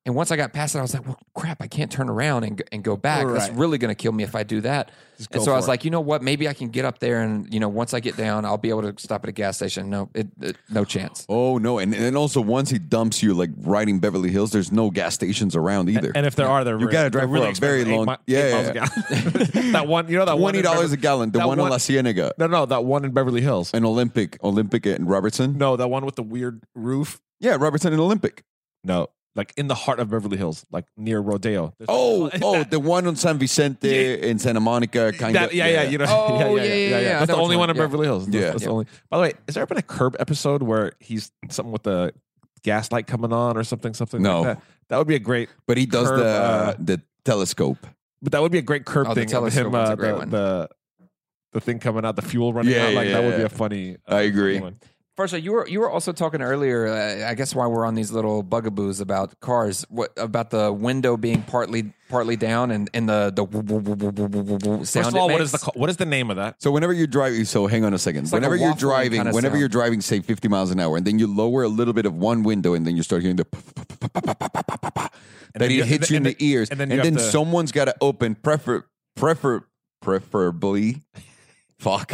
and once I got past it I was like well crap I can't turn around and, g- and go back that's Right. really going to kill me if I do that Just and go so I for was it. like you know what maybe I can get up there and you know once I get down I'll be able to stop at a gas station no it, it, no chance Oh no! And and also once he dumps you like right in Beverly Hills, there's no gas stations around either. And if there are, they're You really, gotta drive they're really for a very expensive, eight long- mi- yeah, eight yeah, miles a gallon. that one, you know, that one twenty in dollars a Beverly- gallon, the that one, on La Cienega, No, no, that one in Beverly Hills. an Olympic, Olympic and Robertson. No, that one with the weird roof. Yeah, Robertson and Olympic. No, like in the heart of Beverly Hills, like near Rodeo. There's- Oh, oh, that- the one on San Vicente in Santa Monica, kind that- of. yeah, yeah, you know, Oh, yeah, yeah, yeah, I That's know the which only one, one in yeah. Beverly Hills. That's- Yeah. that's the Yeah. only- By the way, has there been a Curb episode where he's something with the gas light coming on or something, something? No. like that? that would be a great. But he does Curb, the uh, the telescope. But that would be a great curb Oh, the thing of telescope him. was a uh, great the, one. the the thing coming out, the fuel running Yeah, out. Like yeah, that would yeah. be a funny. uh, I agree. funny one. Farsha, you were you were also talking earlier. Uh, I guess why we're on these little bugaboos about cars. What about the window being partly partly down and and the the woo- woo- woo- woo- woo- woo- woo- woo sound? First of it all, what makes? is the co- what is the name of that? So whenever you're driving, so hang on a second. like a whenever you're waffling driving, kinda whenever sound. you're driving, say 50 miles an hour, and then you lower a little bit of one window, and then you start hearing the. pa- pa- pa- pa- pa- pa- pa- pa- pa- pa, That then it you- hits you in and the then- ears, and and then, then you have to- someone's got to open prefer prefer preferably, fuck,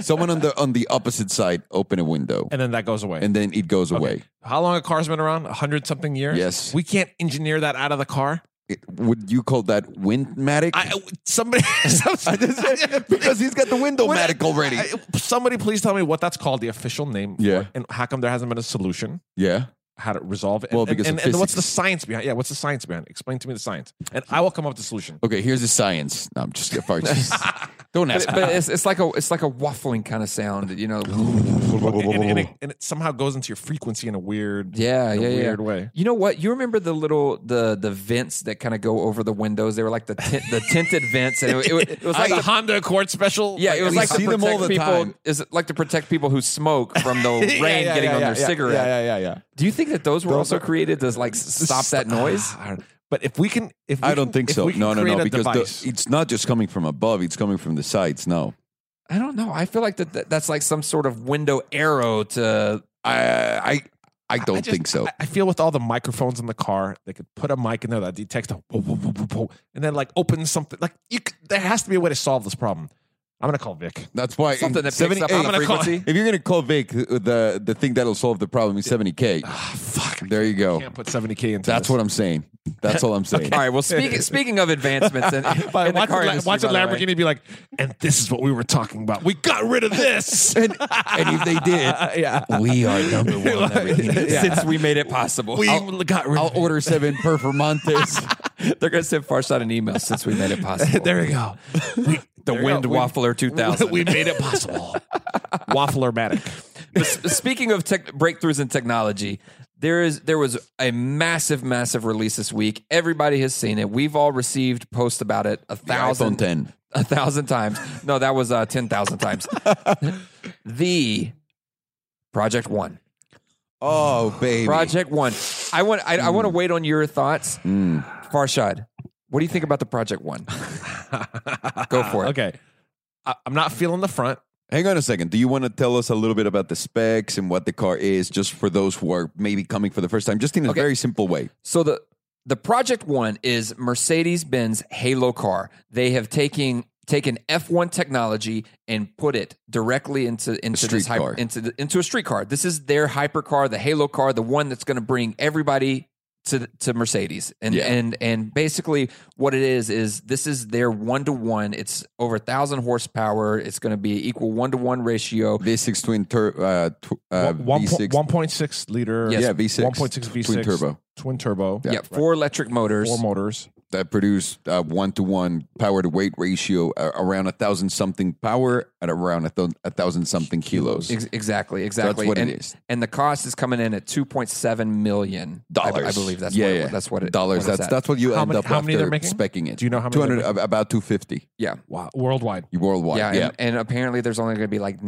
someone on the on the opposite side open a window, And then that goes away. and then it goes away. How long a car's been around? A hundred something years. Yes. We can't engineer that out of the car. It- would you call that windmatic? I somebody. I just said- because he's got the windowmatic already. I- somebody, please tell me what that's called. The official name. for Yeah. it, and how come there hasn't been a solution? yeah. How to resolve it? Well, and, because and, of and what's the physics. science behind? Yeah, what's the science behind? it? Explain to me the science, and I will come up with the solution. Okay, here's the science. No, I'm just, I'm just- Don't But, ask. but it's, it's like a it's like a waffling kind of sound, you know. and, and- and it, and it somehow goes into your frequency in a weird, Yeah, in a yeah, yeah. weird way. You know what? You remember the little the the vents that kind of go over the windows? They were like the tin the tinted vents, and it, it, it was like the the, Honda Accord special. yeah, it was we like to see them protect all the people. time. Is it like to protect people who smoke from the Yeah, rain yeah, getting yeah, on yeah, their yeah, cigarette? Yeah, yeah, yeah. yeah. Do you think that those were Those also are- created to like s- stop that noise? Ah, I don't- But if we can, if we I don't can- think if so. we can No, no, create no. a Because device- the, it's not just coming from above; it's coming from the sides. No, I don't know. I feel like that, that that's like some sort of window arrow to. I, I, I don't just- think so. I, I feel with all the microphones in the car, they could put a mic in there that detects the whoa, whoa, whoa, whoa, whoa, and then like open something. Like you, c- there has to be a way to solve this problem. I'm gonna call Vic. That's why in Something that picks up 78 on the I'm gonna call- frequency? if you're gonna call Vic, the the thing that'll solve the problem is 70k. Ah, fuck. There you go. Can't put 70k into Oh. That's what I'm saying. That's all I'm saying. All right. Well, speaking speaking of advancements in, in But the watch, car a, industry, watch a by the way. Lamborghini be like, and this is what we were talking about. We got rid of this. And if they did, yeah. we are number one. Lamborghini. since we made it possible. We I'll- got rid I'll of order seven performantes. they're going to send Farshad an email since we made it possible. it. There we go. We, the there you Wind go. We- Waffler 2000. We made it possible. Waffler matic. But s- Speaking of tech, breakthroughs in technology, there is there was a massive, massive release this week. Everybody has seen it. We've all received posts about it a thousand, iPhone 10. a thousand times. No, that was uh, ten thousand times. the Project One. Oh baby, Project One. I want. I, I want to wait on your thoughts, Farshad. What do you think about the Project One? Go for it. Okay. I, I'm not feeling the front. Hang on a second. Do you want to tell us a little bit about the specs and what the car is, just for those who are maybe coming for the first time, just in a Okay. very simple way? So the the Project One is Mercedes Benz Halo car. They have taken taken F one technology and put it directly into into street this hyper, car. into the, into a street car. This is their hypercar, the Halo car, the one that's going to bring everybody to to Mercedes. And Yeah. and and basically what it is is this is their one to one. It's over a thousand horsepower. It's going to be equal one to one ratio. V6 twin turbo, uh, tw- uh, One- V6, 1.6 liter. yeah, V6, 1.6 V6. twin turbo Twin turbo. Yeah, four electric motors. Four motors. that produce uh, one to one power to weight ratio uh, around a thousand something power at around a, thou- a thousand something kilos. Ex- exactly, exactly. what it and, is. And the cost is coming in at two point seven million Dollars, I, I believe that's yeah, what it- yeah. that's what it, dollars. what that's it's at. that's what you How end many- up how many after they're making? specking it. Do you know how many Two they're hundred about two fifty yeah, Wow. Worldwide. worldwide. yeah, yeah. And, and apparently there's only going to be like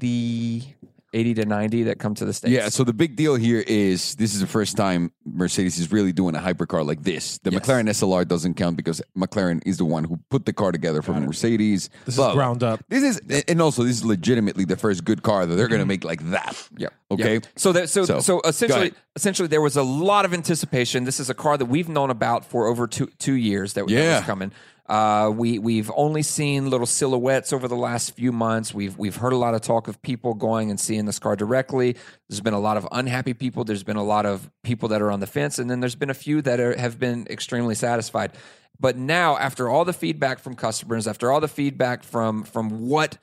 90, 80 to ninety that come to the states. Yeah, so the big deal here is this is the first time Mercedes is really doing a hypercar like this. The Yes. McLaren SLR doesn't count because McLaren is the one who put the car together from Mercedes. This Blah, blah. is ground up. This is, and also this is legitimately the first good car that they're Mm-hmm. going to make like that. Yeah. Okay. Yeah. So that so, so So, go essentially ahead. essentially there was a lot of anticipation. This is a car that we've known about for over two two years that, that Yeah. was coming. Uh, we we've only seen little silhouettes over the last few months. We've we've heard a lot of talk of people going and seeing this car directly. There's been a lot of unhappy people. There's been a lot of people that are on the fence, and then there's been a few that are, have been extremely satisfied. But now, after all the feedback from customers, after all the feedback from from what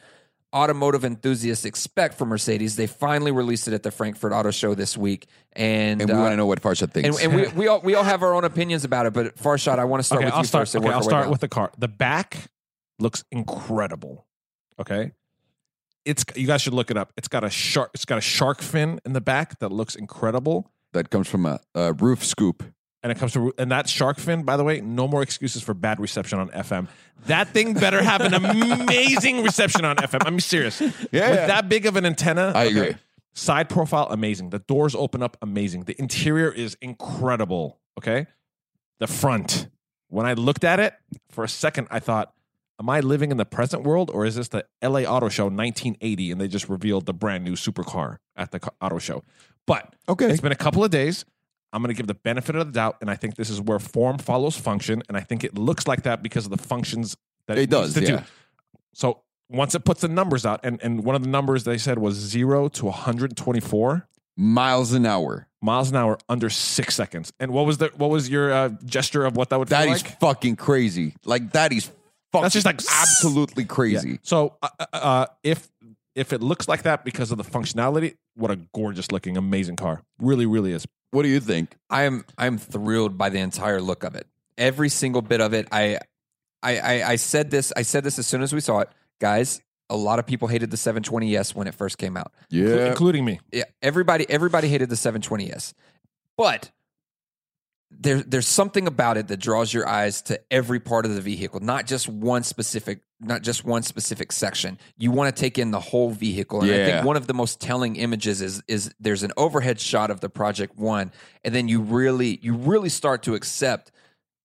automotive enthusiasts expect from Mercedes. They finally released it at the Frankfurt Auto Show this week, and And we uh, want to know what Farshad thinks. and, and we, we all we all have our own opinions about it. But Farshad, I want to start Okay, with I'll you start. first. and okay, work I'll our way start down. with the car. The back looks incredible. Okay, it's you guys should look it up. It's got a shark. It's got a shark fin in the back that looks incredible, that comes from a, a roof scoop. and it comes to and that shark fin. By the way, no more excuses for bad reception on FM. That thing better have an amazing reception on FM. I'm serious. Yeah, with yeah. that big of an antenna, I agree. Side profile, amazing. The doors open up, amazing. The interior is incredible. Okay. The front. When I looked at it for a second, I thought, am I living in the present world or is this the LA Auto Show 1980 and they just revealed the brand new supercar at the ca- auto show? But Okay. it's been a couple of days. I'm going to give the benefit of the doubt. And I think this is where form follows function. And I think it looks like that because of the functions that it, It does, needs to yeah. do. So once it puts the numbers out, and, and one of the numbers they said was zero to 124 Miles an hour. miles an hour under six seconds. And what was the what was your uh, gesture of what that would feel That is like? fucking crazy. Like that is fucking That's just like- absolutely crazy. Yeah. So uh, uh, uh, if if it looks like that because of the functionality, what a gorgeous looking, amazing car. Really, really is. What do you think? I am I am thrilled by the entire look of it. Every single bit of it. I I I, I said this. I said this as soon as we saw it. guys, a lot of people hated the 720S when it first came out. Yeah. including me. Yeah, everybody everybody hated the 720S. But there there's something about it that draws your eyes to every part of the vehicle, not just one specific not just one specific section. You want to take in the whole vehicle. And I Yeah. think one of the most telling images is is there's an overhead shot of the Project 1 and then you really you really start to accept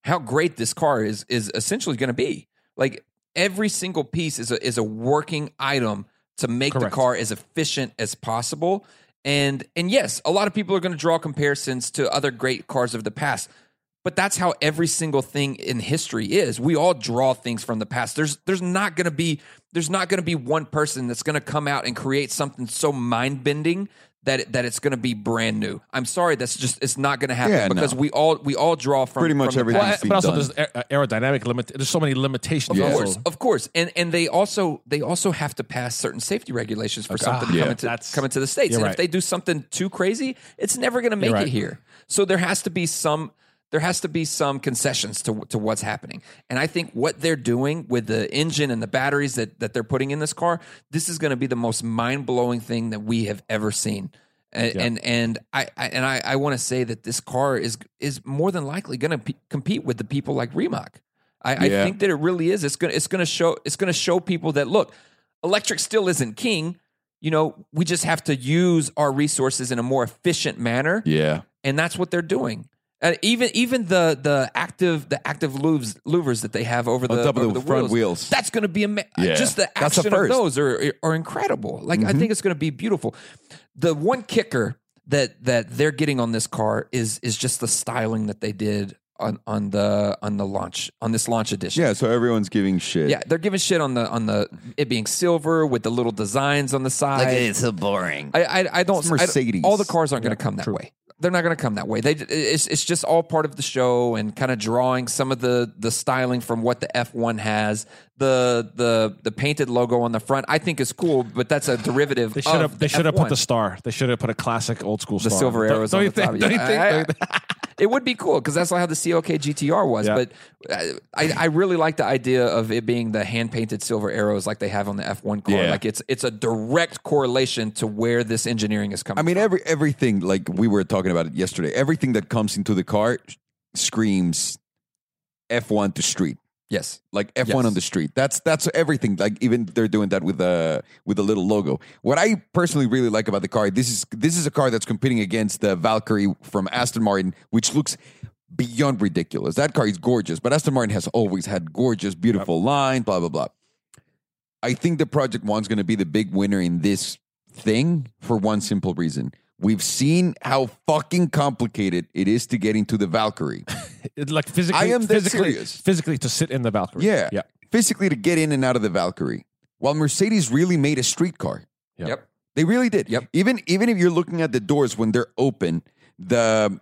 how great this car is is essentially going to be. Like every single piece is a, is a working item to make Correct. the car as efficient as possible. And and yes, a lot of people are going to draw comparisons to other great cars of the past. But that's how every single thing in history is. We all draw things from the past. There's there's not going to be there's not going to be one person that's going to come out and create something so mind-bending that it, that it's going to be brand new. I'm sorry, that's just it's not going to happen Yeah, no. because we all we all draw from Pretty much from the everything. past. Well, eh, But also, done. there's aer- aerodynamic limit. There's so many limitations. Of Yeah. course, of course, and and they also they also have to pass certain safety regulations for something yeah. coming to Ah, That's- coming to the states. you're And if right. they do something too crazy, it's never going to make right. it here. So there has to be some there has to be some concessions to to what's happening. And I think what they're doing with the engine and the batteries that that they're putting in this car, this is going to be the most mind blowing thing that we have ever seen. And and, and I, I and I, I want to say that this car is is more than likely going to p- compete with the people like Remock. I, Yeah. I think that it really is. It's gonna it's gonna show it's gonna show people that look, electric still isn't king. You know, we just have to use our resources in a more efficient manner, Yeah. and that's what they're doing. And even even the the active the active louvers louvers that they have over the On top over of the, front wheels, wheels. that's going to be amazing. Yeah. Just the That's a action of first. Mm-hmm. those are are incredible. Like I think it's going to be beautiful. The one kicker that that they're getting on this car is is just the styling that they did on on the on the launch on this launch edition. yeah. So everyone's giving shit. Yeah, they're giving shit on the on the it being silver with the little designs on the side. so boring. I I, I don't It's I don't- Mercedes. all the cars aren't going to come that way. They're not going to come that way. They it's it's just all part of the show and kind of drawing some of the the styling from what the F one has. The the the painted logo on the front I think is cool, but that's a derivative. They should have. of They the should have put F1. the star. They should have put a classic old school the star. silver Don't- arrows Don't on you the top. think? Don't you Yeah, think? I- don't you think- I- it would be cool because that's how the CLK GTR was. Yeah. But I, I I really like the idea of it being the hand painted silver arrows like they have on the F1 car. Yeah. Like it's it's a direct correlation to where this engineering is coming. I mean, every everything like we were talking about it yesterday. Everything that comes into the car screams F1 to street. yes, like F1 Yes. on the street. That's that's everything. Like even they're doing that with the with the little logo. What I personally really like about the car, this is this is a car that's competing against the Valkyrie from Aston Martin, which looks beyond ridiculous. That car is gorgeous, but Aston Martin has always had gorgeous, beautiful line, blah blah blah. I think the Project One's going to be the big winner in this thing for one simple reason. We've seen how fucking complicated it is to get into the Valkyrie. It- Like physically, I am that physically, serious. physically to sit in the Valkyrie. Yeah. yeah. Physically to get in and out of the Valkyrie. While Mercedes really made a street car. Yeah. Yep. They really did. Yep. Even even if you're looking at the doors when they're open, the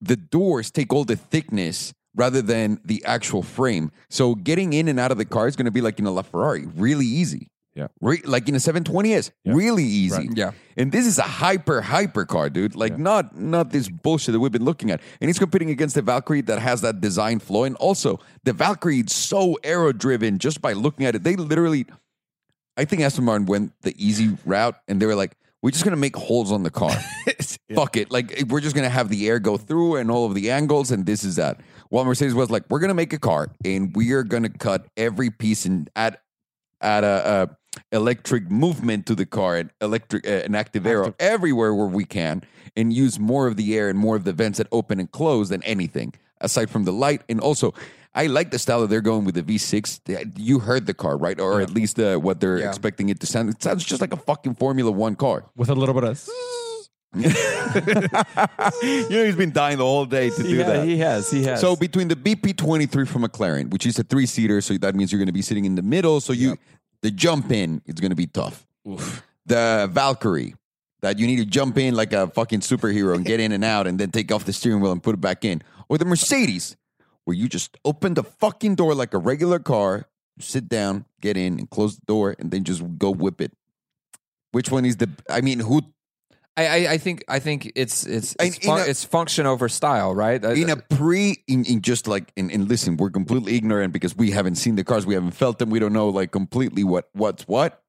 the doors take all the thickness rather than the actual frame. So getting in and out of the car is going to be like in a LaFerrari, really easy. Yeah. Re- like in a 720S, Yeah. really easy. Right. yeah. And this is a hyper hyper car, dude. Like not not this bullshit that we've been looking at. And he's competing against the Valkyrie that has that design flaw. And also the Valkyrie is so aero driven just by looking at it. They literally I think Aston Martin went the easy route and they were like, we're just gonna make holes on the car. Fuck it. Like we're just gonna have the air go through and all of the angles and this is that. While Mercedes was like, we're gonna make a car and we are gonna cut every piece and add add a, a electric movement to the car and electric uh, an active aero everywhere where we can and use more of the air and more of the vents that open and close than anything aside from the light and also I like the style that they're going with the V6. They- You heard the car, right? Or at least uh, what they're Yeah. expecting it to sound. It sounds just like a fucking Formula One car. With a little bit of. you know, he's been dying the whole day to do that. he has. He has. So between the BP23 from McLaren, which is a three seater, so that means you're going to be sitting in the middle. So you the jump in is going to be tough. The Valkyrie that you need to jump in like a fucking superhero and get in and out, and then take off the steering wheel and put it back in, or the Mercedes where you just open the fucking door like a regular car, sit down, get in, and close the door, and then just go whip it. Which one is the? I mean, who I, I, I think I think it's it's And it's, fun, in a- it's function over style, right? Uh, I- in a pre in, in just like in, in listen we're completely ignorant because we haven't seen the cars we haven't felt them we don't know like completely what what's what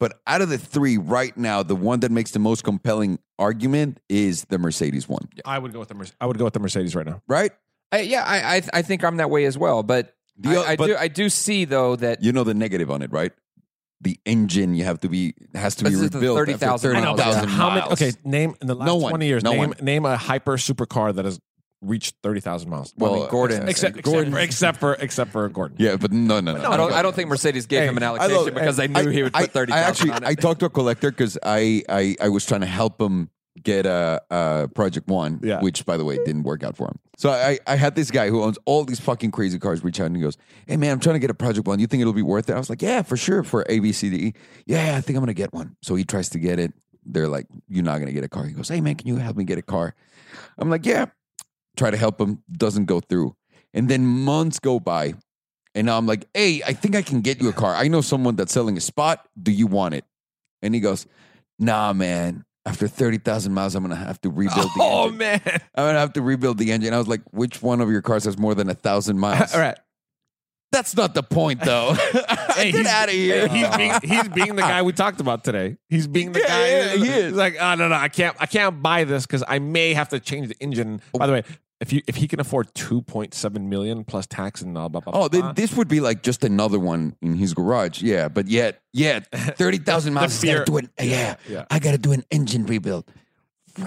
but out of the three right now the one that makes the most compelling argument is the mercedes one I would go with the Merce- I would go with the Mercedes right now. right I- yeah, I, I I think I'm that way as well. But The o- I, I but- do I do see though that you know the negative on it right the engine you have to be has to be This is the rebuilt 30,000 after miles. I know, 30,000 but miles. how many? Okay, name in the last No one. twenty years. No name one. name a hyper supercar that has reached thirty thousand miles. well, I well, uh, mean, Gordon. except except Gordon. for, except for except for Gordon. yeah but no no no, I don't I don't think Mercedes gave Hey, him an I allocation love- because they knew he would put thirty I thousand actually on it. I talked to a collector because I, I I was trying to help him get a, uh Project One, Yeah. which by the way didn't work out for him. So I I had this guy who owns all these fucking crazy cars reach out and he goes, "Hey man, I'm trying to get a Project One. You think it'll be worth it?" I was like, "Yeah, for sure." For ABCD, E." yeah, I think I'm gonna get one. So he tries to get it. They're like, "You're not gonna get a car." He goes, "Hey man, can you help me get a car?" I'm like, "Yeah." Try to help him. Doesn't go through. And then months go by. And now I'm like, hey, I think I can get you a car. I know someone that's selling a spot. Do you want it? And he goes, nah, man. After 30,000 miles, I'm going to have to rebuild the Oh engine. man! I'm going to have to rebuild the engine. I was like, which one of your cars has more than a 1,000 miles? All right. That's not the point, though. Hey, Get he's- out of here. He's being he's being the guy we talked about today. He's being the Yeah, guy. yeah, he is. He's like, oh no, no, I can't I can't buy this because I may have to change the engine. By the way, if you if he can afford two point seven million plus tax and all blah blah. Oh, blah, then this would be like just another one in his garage. Yeah, but yet, yeah, 30,000 miles. he's gotta fear- do an, yeah, yeah. I got to do an engine rebuild.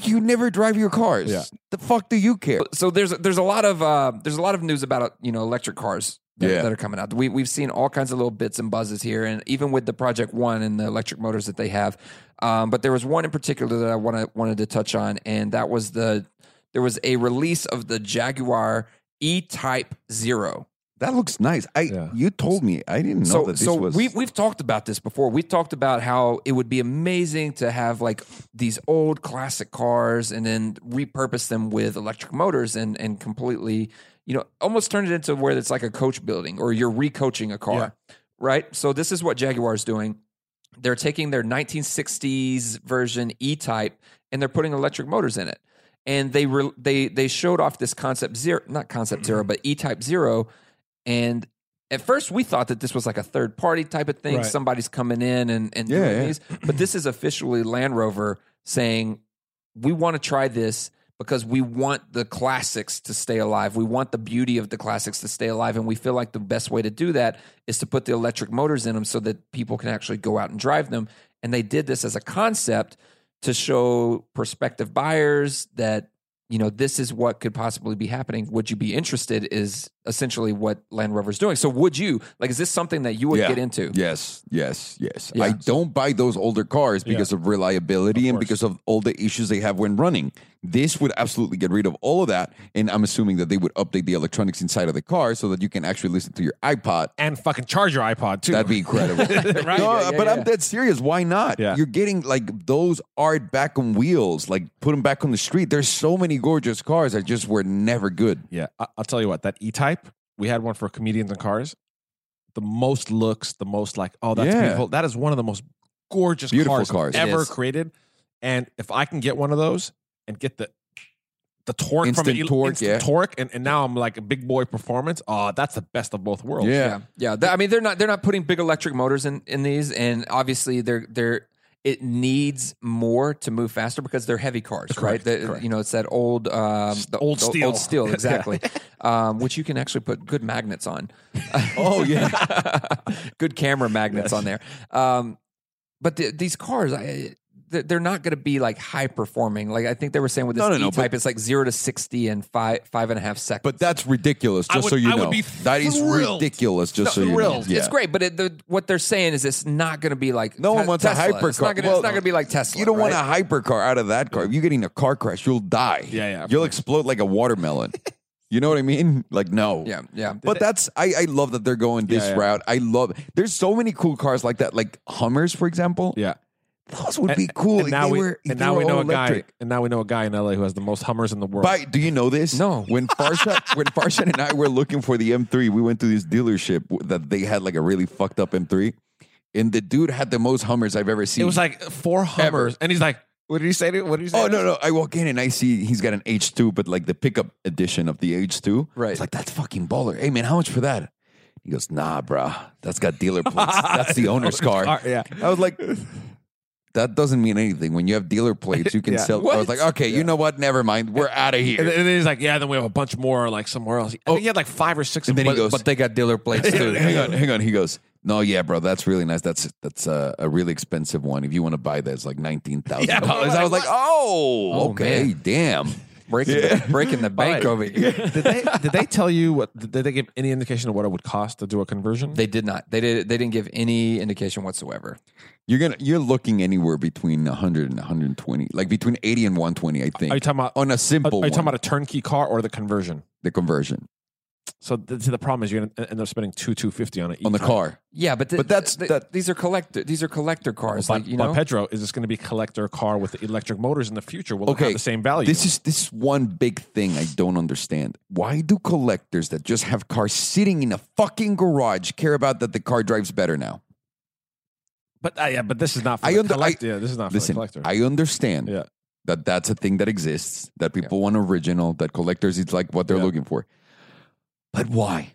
You never drive your cars. Yeah. The fuck do you care? so there's there's a lot of uh, there's a lot of news about you know electric cars that, Yeah. that are coming out. We we've seen all kinds of little bits and buzzes here, and even with the Project One and the electric motors that they have. Um, but there was one in particular that I wanted wanted to touch on, and that was the there was a release of the Jaguar E Type Zero. That looks nice. I Yeah. you told me I didn't know so that this so was. we we've talked about this before. We talked about how it would be amazing to have like these old classic cars and then repurpose them with electric motors and and completely, you know, almost turn it into where it's like a coach building or you're recoaching a car, right? So this is what Jaguar is doing. They're taking their 1960s version E-Type and they're putting electric motors in it. And they re- they they showed off this concept zero, not concept Mm-hmm. zero, but E-Type zero, and at first we thought that this was like a third party type of thing. Right. Somebody's coming in and, and Yeah, doing yeah. these. But this is officially Land Rover saying, we want to try this because we want the classics to stay alive. We want the beauty of the classics to stay alive. And we feel like the best way to do that is to put the electric motors in them so that people can actually go out and drive them. And they did this as a concept to show prospective buyers that you know this is what could possibly be happening would you be interested is essentially what land rover's doing so would you like is this something that you would Yeah. get into yes, yes, yes. Yeah. I don't buy those older cars because of reliability Of and course. because of all the issues they have when running. This would absolutely get rid of all of that, and I'm assuming that they would update the electronics inside of the car so that you can actually listen to your iPod. and fucking charge your iPod too. That'd be incredible. right. No, Yeah, yeah, but yeah. I'm dead serious. Why not? Yeah. You're getting like those art back on wheels, like put them back on the street. There's so many gorgeous cars that just were never good. Yeah, I- I'll tell you what. That E Type, we had one for comedians and cars. The most looks, the most like, oh, that's Yeah. beautiful. That is one of the most gorgeous Beautiful cars, cars. It ever is. created. And if I can get one of those and get the the torque from Instant the el- torque, instant yeah. torque, and, and now I'm like a big boy performance. Oh, that's the best of both worlds. Yeah. yeah yeah Th- i mean they're not they're not putting big electric motors in in these and obviously they're they're it needs more to move faster because they're heavy cars right Correct, The- correct. you know it's that old um the Old the steel. old steel exactly um which you can actually put good magnets on Oh yeah. good camera magnets on there. Um, but the, these cars, I, they're they're not going to be like high performing. Like I think they were saying with this No, no, E no, type, it's like zero to sixty in five five and a half seconds. But that's ridiculous. I Just would- so you I know, would be that is thrilled. ridiculous. Just so you know, Thrilled. yeah. It's great, but it, the, what they're saying is it's not going to be like No one Te- wants a Tesla. It's hypercar. not going Well, to be like Tesla. You don't right? want a hypercar out of that car. If you get in a car crash, you'll die. Yeah, yeah. You'll explode like a watermelon. you know what I mean? Like no. Yeah, yeah. But that's I, I love that they're going this Yeah, yeah. route. I love there's so many cool cars like that, like Hummers, for example. Yeah. Those would be cool. And if now they we were, if and they now were we know all a electric. guy and now we know a guy in LA who has the most Hummers in the world. By, do you know this? No. When Farsha, when Farsha and I were looking for the M3, we went to this dealership w- that they had like a really fucked up M3, and the dude had the most Hummers I've ever seen. It was like four Hummers, and he's like, What did he say? To, what did he say? Oh to no, no! I walk in and I see he's got an H two, but like the pickup edition of the H two. Right. It's like that's fucking baller. Hey man, how much for that? He goes, Nah, bruh. That's got dealer plates. That's the owner's car. us? Or- yeah. I was like, that doesn't mean anything. When you have dealer plates, you can Yeah. sell. I was What? like, okay, you know what? Never mind. We're out of here. And then, and then he's like, "Yeah." Then we have a bunch more like somewhere else. I think he had like five or six. And then he but- goes- But they got dealer plates Dude, too. hang on, hang on. He goes, no, yeah, bro, that's really nice. That's that's a, a really expensive one. If you want to buy that, it's like nineteen thousand Yeah, but I'm dollars. I was like, like, oh, Oh, okay, man. damn. Breaking, the, breaking the bank Right. over here. did they did they tell you what? Did they give any indication of what it would cost to do a conversion? They did not. They did. They didn't give any indication whatsoever. You're gonna you're looking anywhere between 100 and 120, like between 80 and 120, I think. are you talking about? on a Are, simple are you talking one, about a turnkey car or the conversion? the conversion So the, so the problem is you're gonna end up spending two two fifty on it on the car? Yeah, but th- But that's- th- that- these are collector. These are collector cars. But, like you but know, Pedro, is this going to be a collector car with the electric motors in the future? Will it Okay, have the same value? This is this is one big thing I don't understand. Why do collectors that just have cars sitting in a fucking garage care about that the car drives better now? but uh, yeah, but this is not for I the under- I- collector. yeah, this is not for Listen, the collector. I understand Yeah. that that's a thing that exists, that people want original, that collectors, it's like what they're Yeah. looking for. But why?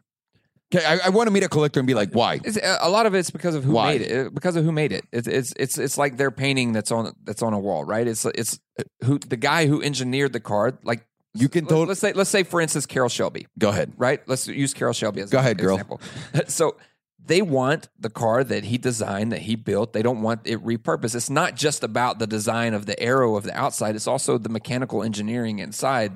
Okay, I, I want to meet a collector and be like, why? It's, uh, a a lot of it's because of who Why? made it. uh, Because of who made it. It's it's it's it's like their painting that's on that's on a wall, right? It's it's uh, who the guy who engineered the car. Like You can let- totally let's say let's say for instance Carol Shelby, go ahead. right? Let's use Carol Shelby as Go an ahead, girl. example. so they want the car that he designed that he built. They don't want it repurposed. It's not just about the design of the arrow of the outside. It's also the mechanical engineering inside.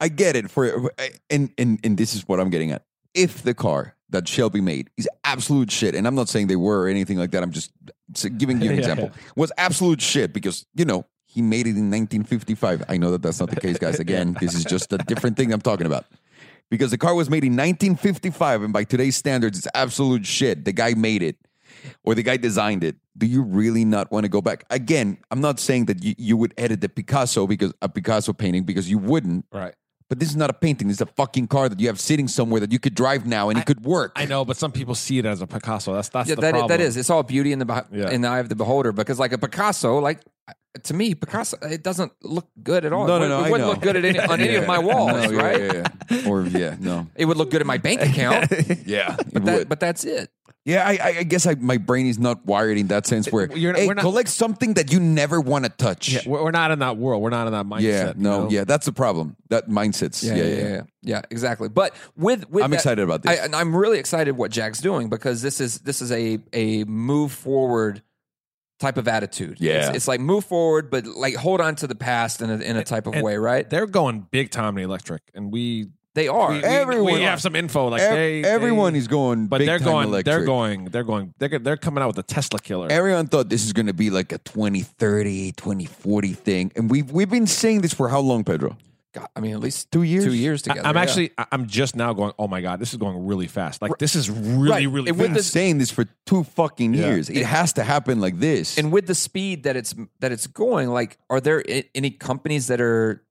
I get it for and and and this is what I'm getting at. If the car that Shelby made is absolute shit, and I'm not saying they were or anything like that, I'm just s- giving you an Yeah, example, was absolute shit because you know he made it in 1955. I know that that's not the case, guys. Again, this is just a different thing I'm talking about. Because the car was made in 1955, and by today's standards, it's absolute shit. The guy made it, or the guy designed it. Do you really not want to go back? Again, I'm not saying that you, you would edit the Picasso because a Picasso painting because you wouldn't. Right. But this is not a painting. This is a fucking car that you have sitting somewhere that you could drive now and it could work. I know, but some people see it as a Picasso. That's that's yeah, the that, i- problem. that is. It's all beauty in the beh- Yeah. in the eye of the beholder. Because like a Picasso, like to me, Picasso, it doesn't look good at all. No, it no, would- no, It I wouldn't know. look good at any, on any of my walls, No, yeah, right? Yeah, yeah. Or yeah, no. It would look good at my bank account. Yeah, it But, that, would. but that's it. yeah. I, I, I guess I, my brain is not wired in that sense. Where You're not- hey, we're not- collect something that you never want to touch. Yeah, we're, we're not in that world. We're not in that mindset. Yeah, you no, know? yeah. That's the problem. That mindsets. Yeah, yeah. yeah. Yeah, exactly. But with with I'm that- excited about this. I, and I'm really excited what Jack's doing because this is this is a a move forward type of attitude. Yeah. it's, it's like move forward, but like hold on to the past in a, in a type of And- way, right? They're going big time to electric, and we They are. we, we- Everyone- we have some info. Like Ev- they, everyone they- is going, but big they're time going, Electric. they're going, they're going, they're go- they're coming out with a Tesla killer. Everyone thought this is going to be like a 2030, 2040 thing, and we've we've been saying this for how long, Pedro? God, I mean, at least Two years. two years I- together. I'm yeah. actually, I- I'm just now going. Oh my god, this is going really fast. Like this is really, Right. really And with been the- fast. saying this for two fucking years. It has to happen like this. and with the speed that it's that it's going like are there i- any companies that are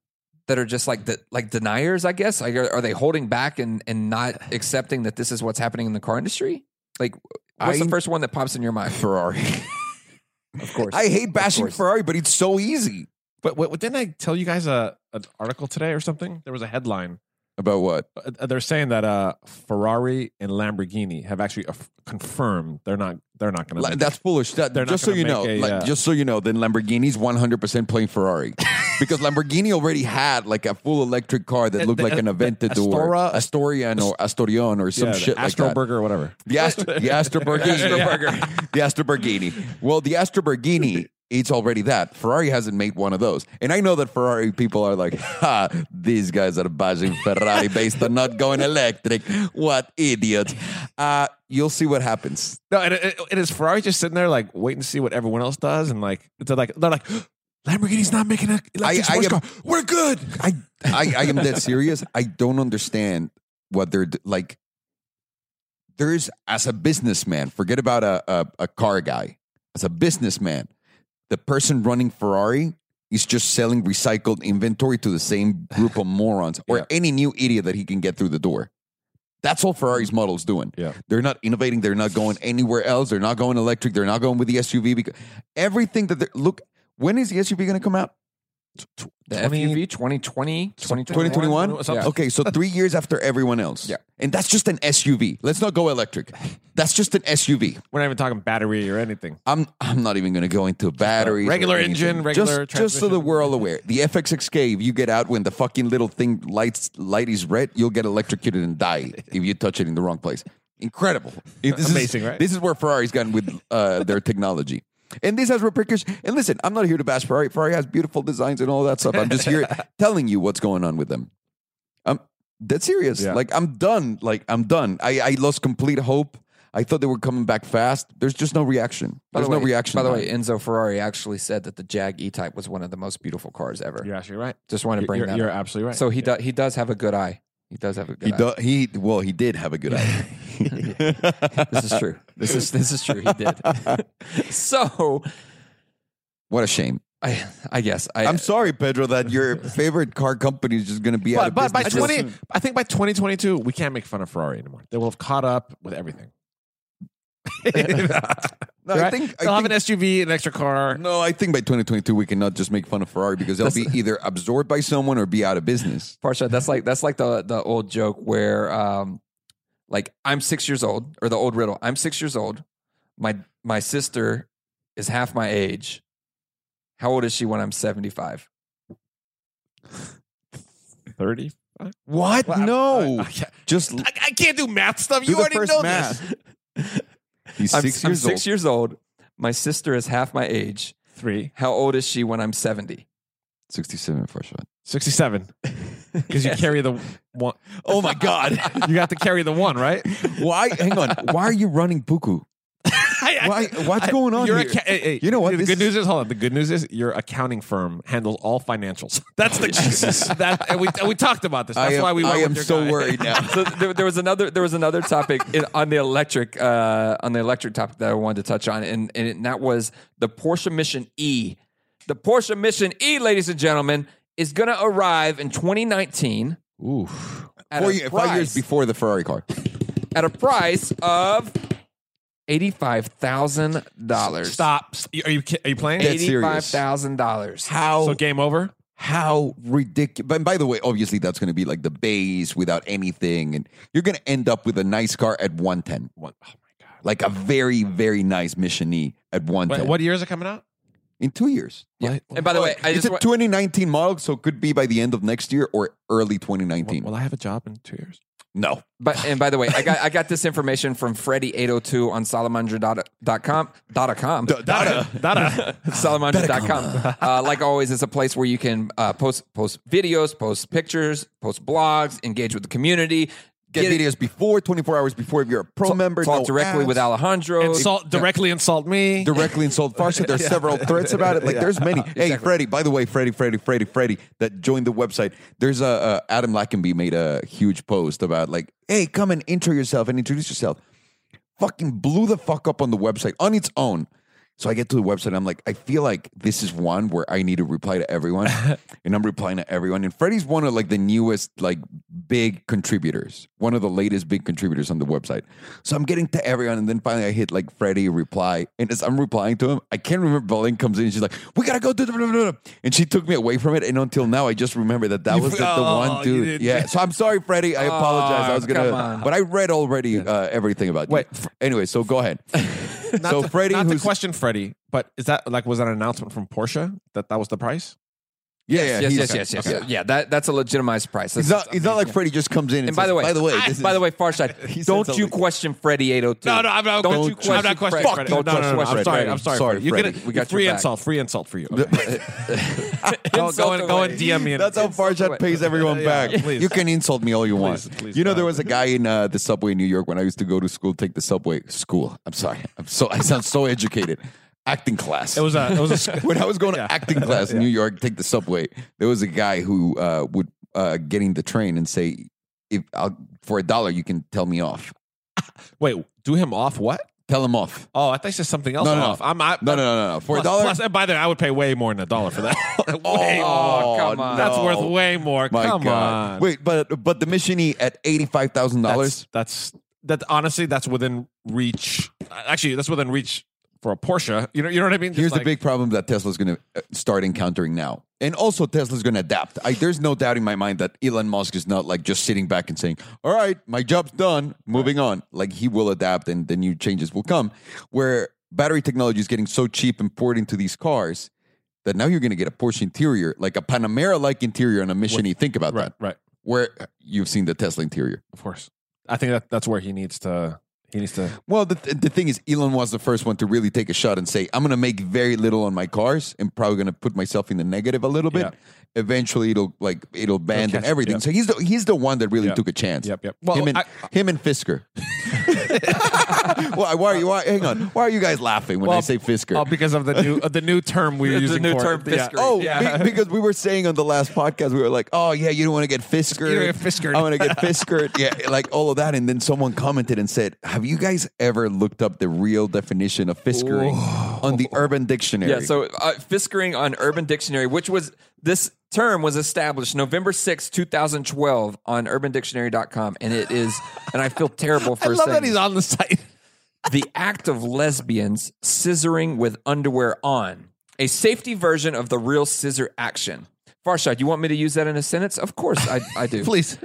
that are just like the like deniers i guess like are, are they holding back and and not accepting that this is what's happening in the car industry like what's I- the first one that pops in your mind Ferrari. of course I hate bashing course. Ferrari, but it's so easy. but what, didn't I tell you guys a an article today or something? There was a headline. About what? Uh, uh, They're saying that uh, Ferrari and Lamborghini have actually uh, confirmed they're not they're not going Like, to. that's foolish. That, They're not just so gonna you know, make a, like, uh, just so you know, then Lamborghini's 100% playing Ferrari because Lamborghini already had like a full electric car that The- looked the- like an the Aventador, Astora- Astorian, or Astorion, or some yeah, shit like Astro that. Burger, whatever. The Astro, the Astro Burgini. the Astro Burgini. Well, the Astro Burgini, it's already that. Ferrari hasn't made one of those. And I know that Ferrari people are like, ha, these guys are bashing Ferrari based on not going electric. What idiots. Uh, you'll see what happens. No, and it, it- it is Ferrari just sitting there like waiting to see what everyone else does, and like they're like they're like Lamborghini's not making an electric I- I sports am- car. We're good. I, I, I am that serious. I don't understand what they're d- like. There's as a businessman, forget about a, a, a car guy. As a businessman, the person running Ferrari is just selling recycled inventory to the same group of morons or Yeah. any new idiot that he can get through the door. That's all Ferrari's model is doing. Mm-hmm. Yeah. They're not innovating. They're not going anywhere else. They're not going electric. They're not going with the SUV because everything that they look When is the SUV going to come out? The 20 FUV 2020, 2021. 2021? Something. Yeah. Okay, so three years after everyone else. Yeah. And that's just an SUV. Let's not go electric. That's just an SUV. We're not even talking battery or anything. I'm I'm not even going to go into batteries. or regular anything. engine, regular Just, just so transmission. that we're all aware, the FX Escape, you get out when the fucking little thing lights light is red, you'll get electrocuted and die if you touch it in the wrong place. Incredible! It- this Amazing, is, right? This is where Ferrari's gotten with uh, their technology. And this has repercussions. And listen, I'm not here to bash Ferrari. Ferrari has beautiful designs and all that stuff. I'm just here telling you what's going on with them. I'm dead serious. Yeah. Like I'm done. Like I'm done. I, I lost complete hope. I thought they were coming back fast. There's just no reaction. By the There's way, no reaction. By the time. way, Enzo Ferrari actually said that the Jag E-Type was one of the most beautiful cars ever. You're actually right. Just wanted to bring you're, that. you're up. absolutely right. So he does. He does have a good eye. He does have a good He eye. do, he well he did have a good eye. This is true. This is this is true. He did. so What a shame. I I guess I I'm sorry, Pedro, that your favorite car company is just going to be out but, of but by business. real 20, soon. I think by 2022, we can't make fun of Ferrari anymore. They will have caught up with everything. No, I Right? think, they'll I have an think SUV, an extra car. no, I think by 2022 we cannot just make fun of Ferrari because they'll be either absorbed by someone or be out of business. Parsha, that's like that's like the the old joke where um like I'm six years old, or the old riddle. I'm six years old. My my sister is half my age. How old is she when I'm 75? 30. What? No. no, I, can't- just I- I can't do math stuff. do you the already first know math. this. He's I'm 6 I'm years six old. years old. My sister is half my age. Three. How old is she when I'm 70? 67 for shot. 67. Because you Yes. carry the one. Oh my god! You have to carry the one, right? why? Hang on. Why are you running Puku? I- I- Why? What's I- going on you're here? A ca- hey, hey, You know what? The This good is- news is, hold on. The good news is, your accounting firm handles all financials. That's the Jesus. That, and we and we talked about this. I That's am, why we. I went am with your so guy. worried now. so there, there was another there was another topic in, on the electric uh, on the electric topic that I wanted to touch on, and and, it- that was the Porsche Mission E. The Porsche Mission E, ladies and gentlemen, is going to arrive in 2019 Ooh. at Four a year- price, five years before the Ferrari car. at a price of eighty five thousand dollars. Stop. S- Are you ki- are you playing? Dead serious. Eighty five thousand dollars. How So game over. how ridiculous. But by the way, obviously that's going to be like the base without anything, and you're going to end up with a nice car at 110, One. Oh my god. like a very very nice Mission E at 110 Wait, what year is it coming out? in two years. Yeah. And by the way, I it's just a wa- 2019 model, so it could be by the end of next year or early 2019. Well, I have a job in two years. no, But and by the way, I got I got this information from Freddie802 on salamandra.com. Dot com. Dada. Dada. salamandra.com. Uh, like always, it's a place where you can uh, post post videos, post pictures, post blogs, engage with the community, Get, it- videos before 24 hours before if you're a pro member. talk no directly ads. with Alejandro. Insult directly insult me. directly insult Farsha. There's several threats about it. Like there's many. Hey, Freddie. By the way, Freddie, Freddie, Freddie, Freddie, that joined the website. There's a uh, Adam Lackenby made a huge post about like, hey, come and intro yourself and introduce yourself. Fucking blew the fuck up on the website on its own. So I get to the website. I'm like, I feel like this is one where I need to reply to everyone, and I'm replying to everyone. And Freddie's one of like the newest, like big contributors, one of the latest big contributors on the website. So I'm getting to everyone, and then finally I hit like Freddie reply, and as I'm replying to him, I can't remember. Belen comes in, and she's like, "We gotta go," do and she took me away from it. And until now, I just remember that that You was the, f- the oh, one you dude. didn't- Yeah. So I'm sorry, Freddie. I apologize. I was Oh, come gonna, on. but I read already uh, everything about you. Wait, anyway, so go ahead. Not so to, Freddie, not to who's question Freddie, but is that like was that an announcement from Porsche that that was the price? yeah, yeah, yes, he's- yes, yes, yes, okay. yes. Yeah, that, that's a legitimized price. It's That's- not, it's not like Freddie just comes in and, and by the way, by the way, I- this by is- the way, Farside, don't said you something. question Freddie 802. I'm not. Don't you question Freddie. Freddie. No, Don't no, no, no, question I'm sorry. Freddie. I'm sorry. Sorry, Freddie. You're Freddie. gonna, We got free your back. insult. Free insult for you. Okay. go, go, Insult and, go away. and DM me. and- That's how away. Farshad pays everyone Yeah, back. please. You can insult me all you want. Please, please, you know, God. there was a guy in uh, the subway in New York when I used to go to school, take the subway. School. I'm sorry. I'm so. I sound so educated. Acting class. It was a. It was a. when I was going Yeah. to acting class in New York, take the subway. There was a guy who uh, would uh, getting the train and say, "If I'll, for a dollar, you can tell me off. Wait, do him off what? Tell him off. Oh, I thought you said something else No, no, no. off. I'm I, No, no, no, no, no. For a plus- dollar. plus- and by the way, I would pay way more than a dollar for that. way more. Oh, come on. That's worth no. way more. My come God. on. Wait, but but the Mission E at eighty five thousand dollars. That's, that's that. Honestly, that's within reach. Actually, that's within reach for a Porsche. You know, you know what I mean? Just Here's like- the big problem that Tesla's going to start encountering now. And also, Tesla's going to adapt. I, there's no doubt in my mind that Elon Musk is not like just sitting back and saying, All right, my job's done, moving on. Like he will adapt and the new changes will come. Where battery technology is getting so cheap and poured into these cars that now you're going to get a Porsche interior, like a Panamera like interior on a Mission E. Think about right, that. right. Where uh, you've seen the Tesla interior. Of course. I think that that's where he needs to. He needs to. Well, the, th- the thing is, Elon was the first one to really take a shot and say, I'm going to make very little on my cars and probably going to put myself in the negative a little bit. Yeah. Eventually, it'll like it'll band catch and it, everything. yeah. So he's the, he's the one that really Yeah. took a chance. Yep, yep. Well, Well, him and, I- him and Fisker. why, why are you? Why, hang on. Why are you guys laughing when I Well, say Fisker? Oh, because of the new uh, the new term we we're The using. new for term, it. Yeah. Fisker. Oh, yeah. be- because we were saying on the last podcast, we were like, "Oh yeah, you don't want to get Fisker. You don't get Fiskered. I want to get Fisker. yeah, like all of that." And then someone commented and said, "Have you guys ever looked up the real definition of Fiskering on the Urban Dictionary?" Yeah, so uh, Fiskering on Urban Dictionary, which was this term was established November sixth, two 2012 on urbandictionary.com and it is and I feel terrible for I love saying that he's on the site. the act of lesbians scissoring with underwear on, a safety version of the real scissor action. Farshad, you want me to use that in a sentence? Of course I, I do. Please.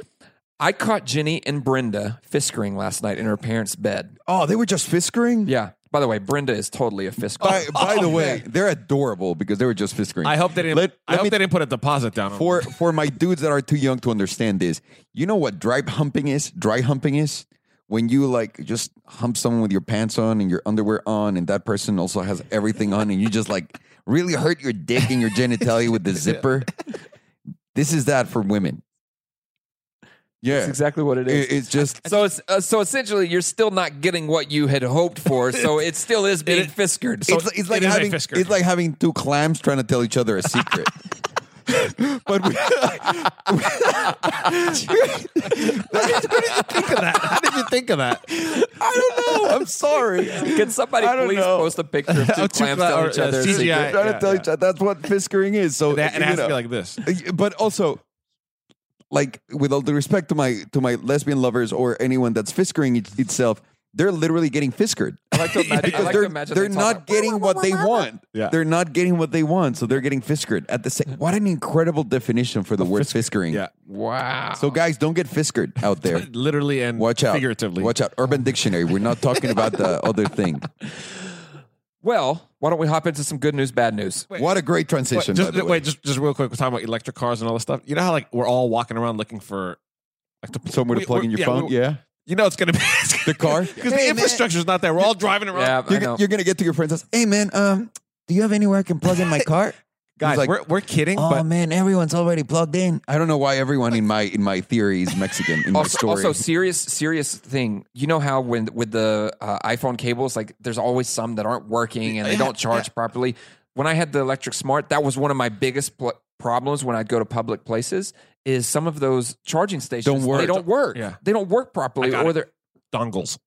I caught Jenny and Brenda Fiskering last night in her parents' bed. oh, they were just Fiskering. Yeah. By the way, Brenda is totally a Fisker. By, by the way, they're adorable because they were just Fiskering. I hope they didn't. Let- I let hope me- they didn't put a deposit down. on it. for for my dudes that are too young to understand this, you know what dry humping is? Dry humping is when you like just hump someone with your pants on and your underwear on, and that person also has everything on, and you just like really hurt your dick and your genitalia with the zipper. This is that for women. That's Yeah, exactly what it is. It- it's just So it's uh, so essentially you're still not getting what you had hoped for. So it still is being fiskered. So it's, it's like it is a having Fisker. it's like having two clams trying to tell each other a secret. but we, Think of that. How did you think of that? I don't know. I'm sorry. can somebody I don't please know. post a picture of two two clams cla- telling or, each uh, other? a CGI. secret? trying Yeah, to tell yeah. each other that's what fiskering is. So That- It you has to know. be like this. Uh, but also like with all due respect to my to my lesbian lovers or anyone that's fiskering it, itself they're literally getting fiskered I like to imagine. I because like they're to imagine they're they talk not getting what they want Yeah. they're not getting what they want so they're getting fiskered at the same what an incredible definition for the word fiskering Yeah. Wow. so guys don't get fiskered out there Literally and watch out figuratively. watch out urban dictionary we're not talking about the other thing well, why don't we hop into some good news, bad news? what a great Wait, transition by just, the way. wait, just just real quick. We're talking about electric cars and all this stuff. You know how like we're all walking around looking for like the somewhere to we- plug we- in your yeah, phone we- yeah You know it's gonna be the car because Hey, the man. infrastructure's not there. We're all driving around. Yeah, I you're, know. gonna- you're gonna get to your friend's house. Hey man, um, do you have anywhere I can plug in my car? Guys, He's like, we're we're kidding, oh but man, everyone's already plugged in. I don't know why everyone in my in my theory is Mexican in my Also, story. also, serious, serious thing. You know how when with the uh, iPhone cables, like there's always some that aren't working and they don't charge properly. When I had the electric smart, that was one of my biggest pl- problems when I'd go to public places. Is some of those charging stations Don't work. They don't work. Yeah. They don't work properly, I got or it. they're dongles.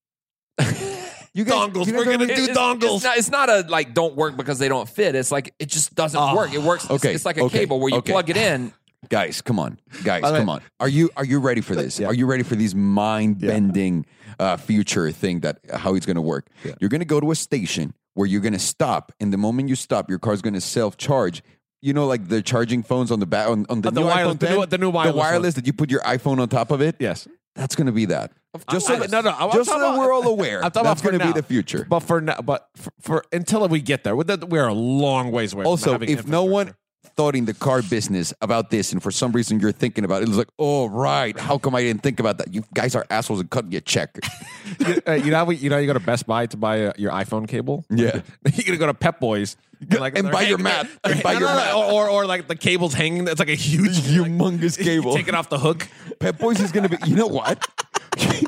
you dongles, know- we're gonna- Do it's, dongles. It's not, it's not a like don't work because they don't fit. It's like it just doesn't Ah, work. It works. it's- okay, It's, like a okay, cable where you okay. plug it in. guys, come on, guys, By the way- come on. Are you are you ready for this? Yeah. Are you ready for these mind bending uh, future thing that how it's gonna work? You're gonna go to a station where you're gonna stop, and the moment you stop, your car's gonna self charge. You know, like the charging phones on the back on, on the, Uh, the new wireless- iPhone the new- 10? the new wireless the one. wireless that you put your iPhone on top of it. Yes. That's going to be that. Just so, I- that, no, no, I'm just so talking that about- we're all aware. I'm talking that's about going for to be now. the future. But for now, but for, for until we get there, we're, that- we're a long ways away. from Also, having if no one infrastructure. thought in the car business about this, and for some reason you're thinking about it, it's like, oh right, how come I didn't think about that? You guys are assholes and couldn't get check. you, uh, you know, how we, you know, you go to Best Buy to buy uh, your iPhone cable. Yeah. you're gonna go to Pep Boys and, like, And they're buy your hanging- mat. And buy No, your no, no, mat. or, or or like the cable's hanging. That's like a huge, Humongous like, cable. Take it off the hook. Pep Boys is going to be. You know what?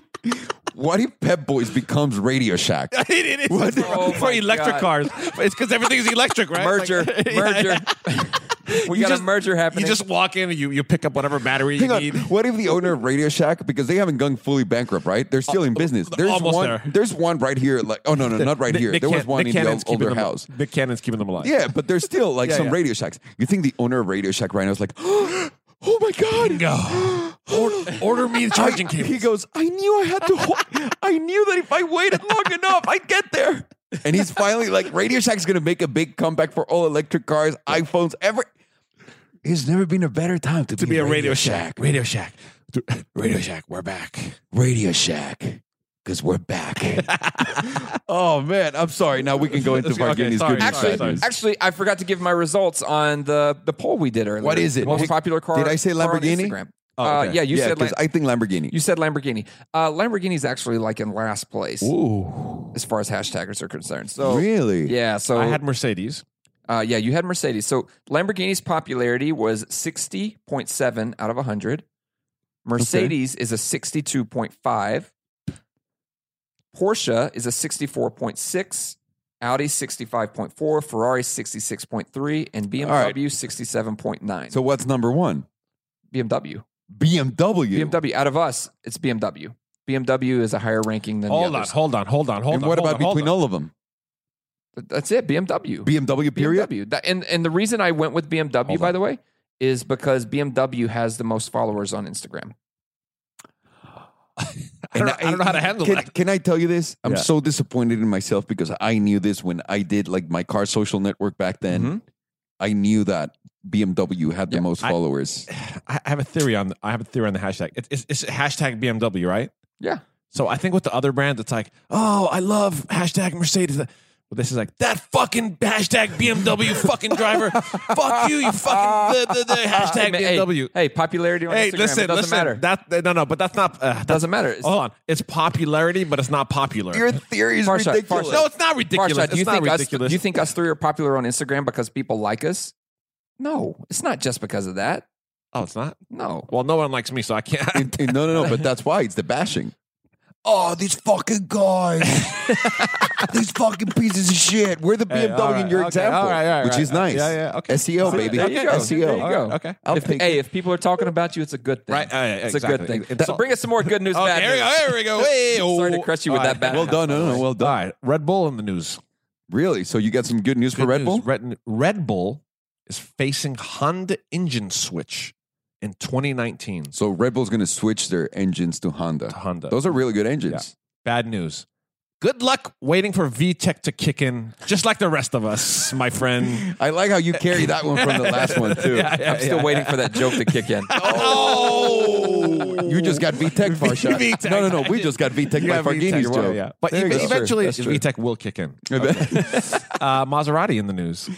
what if Pep Boys becomes Radio Shack? it is What? Oh for my electric God. cars. It's because everything's electric, right? Merger, Like- Yeah. merger. we You got just- a merger happening. You just walk in, and you you pick up whatever battery you Hang on. need. What if the owner of Radio Shack, because they haven't gone fully bankrupt, right? They're still in business. There's Uh, almost one. there. There's one right here. Like, oh no, no, not right Nick- here. Nick There was Can- one Nick in the Cannon's old, keeping older them- house. Nick Cannon's keeping them alive. Yeah, but there's still like Yeah, some yeah. Radio Shacks. You think the owner of Radio Shack right now is like, oh my god, Go. Order, order me the charging I- cable. He goes, I knew I had to. Hold, I knew that if I waited long enough, I'd get there. And he's finally like, Radio Shack's going to make a big comeback for all electric cars, iPhones, every. There's never been a better time to, to be a Radio Shack. Radio Shack. Radio Shack, we're back. Radio Shack. Because we're back. oh, man. I'm sorry. Now we can go into Let's go. Okay, Bargini's sorry, good sorry, Actually, side. sorry. actually, I forgot to give my results on the the poll we did earlier. What is it? The most Did- popular car. did I say car on Lamborghini? Instagram. Oh, uh, okay. yeah, you yeah, said because Lam- I think Lamborghini. you said Lamborghini. Uh, Lamborghini's actually like in last place Ooh. as far as hashtaggers are concerned. So really? yeah, so I had Mercedes. uh, yeah, you had Mercedes. So Lamborghini's popularity was sixty point seven out of hundred. Mercedes is a sixty-two point five. Porsche is a sixty-four point six. Audi sixty-five point four. Ferrari sixty-six point three, and BMW sixty-seven point nine. So what's number one? BMW. BMW. BMW. Out of us, it's BMW. BMW is a higher ranking than Hold the on, others. hold on, hold on, hold and on. what hold about on, hold between on. all of them? That's it. BMW. BMW, period? BMW. That, and and the reason I went with BMW, Hold by on. the way, is because BMW has the most followers on Instagram. I don't, know, I don't know how to handle can, that. Can I tell you this? I'm Yeah. so disappointed in myself because I knew this when I did like my car social network back then. Mhm. I knew that BMW had the Yeah, most Mm-hmm. I- followers. I I have a theory on. I have a theory on the hashtag. It's, it's, it's hashtag BMW, right? Yeah. So I think with the other brands, it's like, oh, I love hashtag Mercedes. Well, this is like that fucking hashtag BMW fucking driver. Fuck you, you fucking the, the, the hashtag Hey, hey, BMW. Hey, popularity on Hey, Instagram. listen, it doesn't listen. matter. That no, no, but that's not. Uh, that's, doesn't matter. It's- Hold on, it's popularity, but it's not popular. Your theory is Farshad, ridiculous. Farshad. no, it's not ridiculous. Farshad, it's do you not think us? ridiculous. Do you think us three are popular on Instagram because people like us? No, it's not just because of that. oh, it's not. No. Well, no one likes me, so I can't. It- it- no, no, no. But that's why it's the bashing. Oh, these fucking guys. these fucking pieces of shit. We're the Hey, BMW all in right, your okay, example, all right, all right, which all is right. nice. Yeah, yeah, okay. SEO, See, baby. there you go. SEO. There you go. All right, okay. I'll If, take hey, if people are talking about you, it's a good thing. Right, uh, yeah, it's a exactly. good thing. It- so bring us some more good news. Oh, bad there we go. news. There we go. Hey, oh. Sorry to crush you with All that bad Well news. done. No, no, no. Well All done. right, uh, Red Bull in the news. Really? So you got some good news for Red Bull? Red, Red Bull is facing Honda engine switch in 2019. So Red Bull's going to switch their engines to Honda. Honda. Those are really good engines. bad news. Good luck waiting for VTech to kick in, just like the rest of us, my friend. I like how you carry that one from the last one too. Yeah, yeah, I'm still yeah. waiting for that joke to kick in. Oh, you just got VTech Farshad. VTech. No, no, no. We just got VTech by Yeah, Farghini's VTech, joke. yeah. But e- There you go. eventually, That's true. VTech will kick in. Uh, Maserati in the news.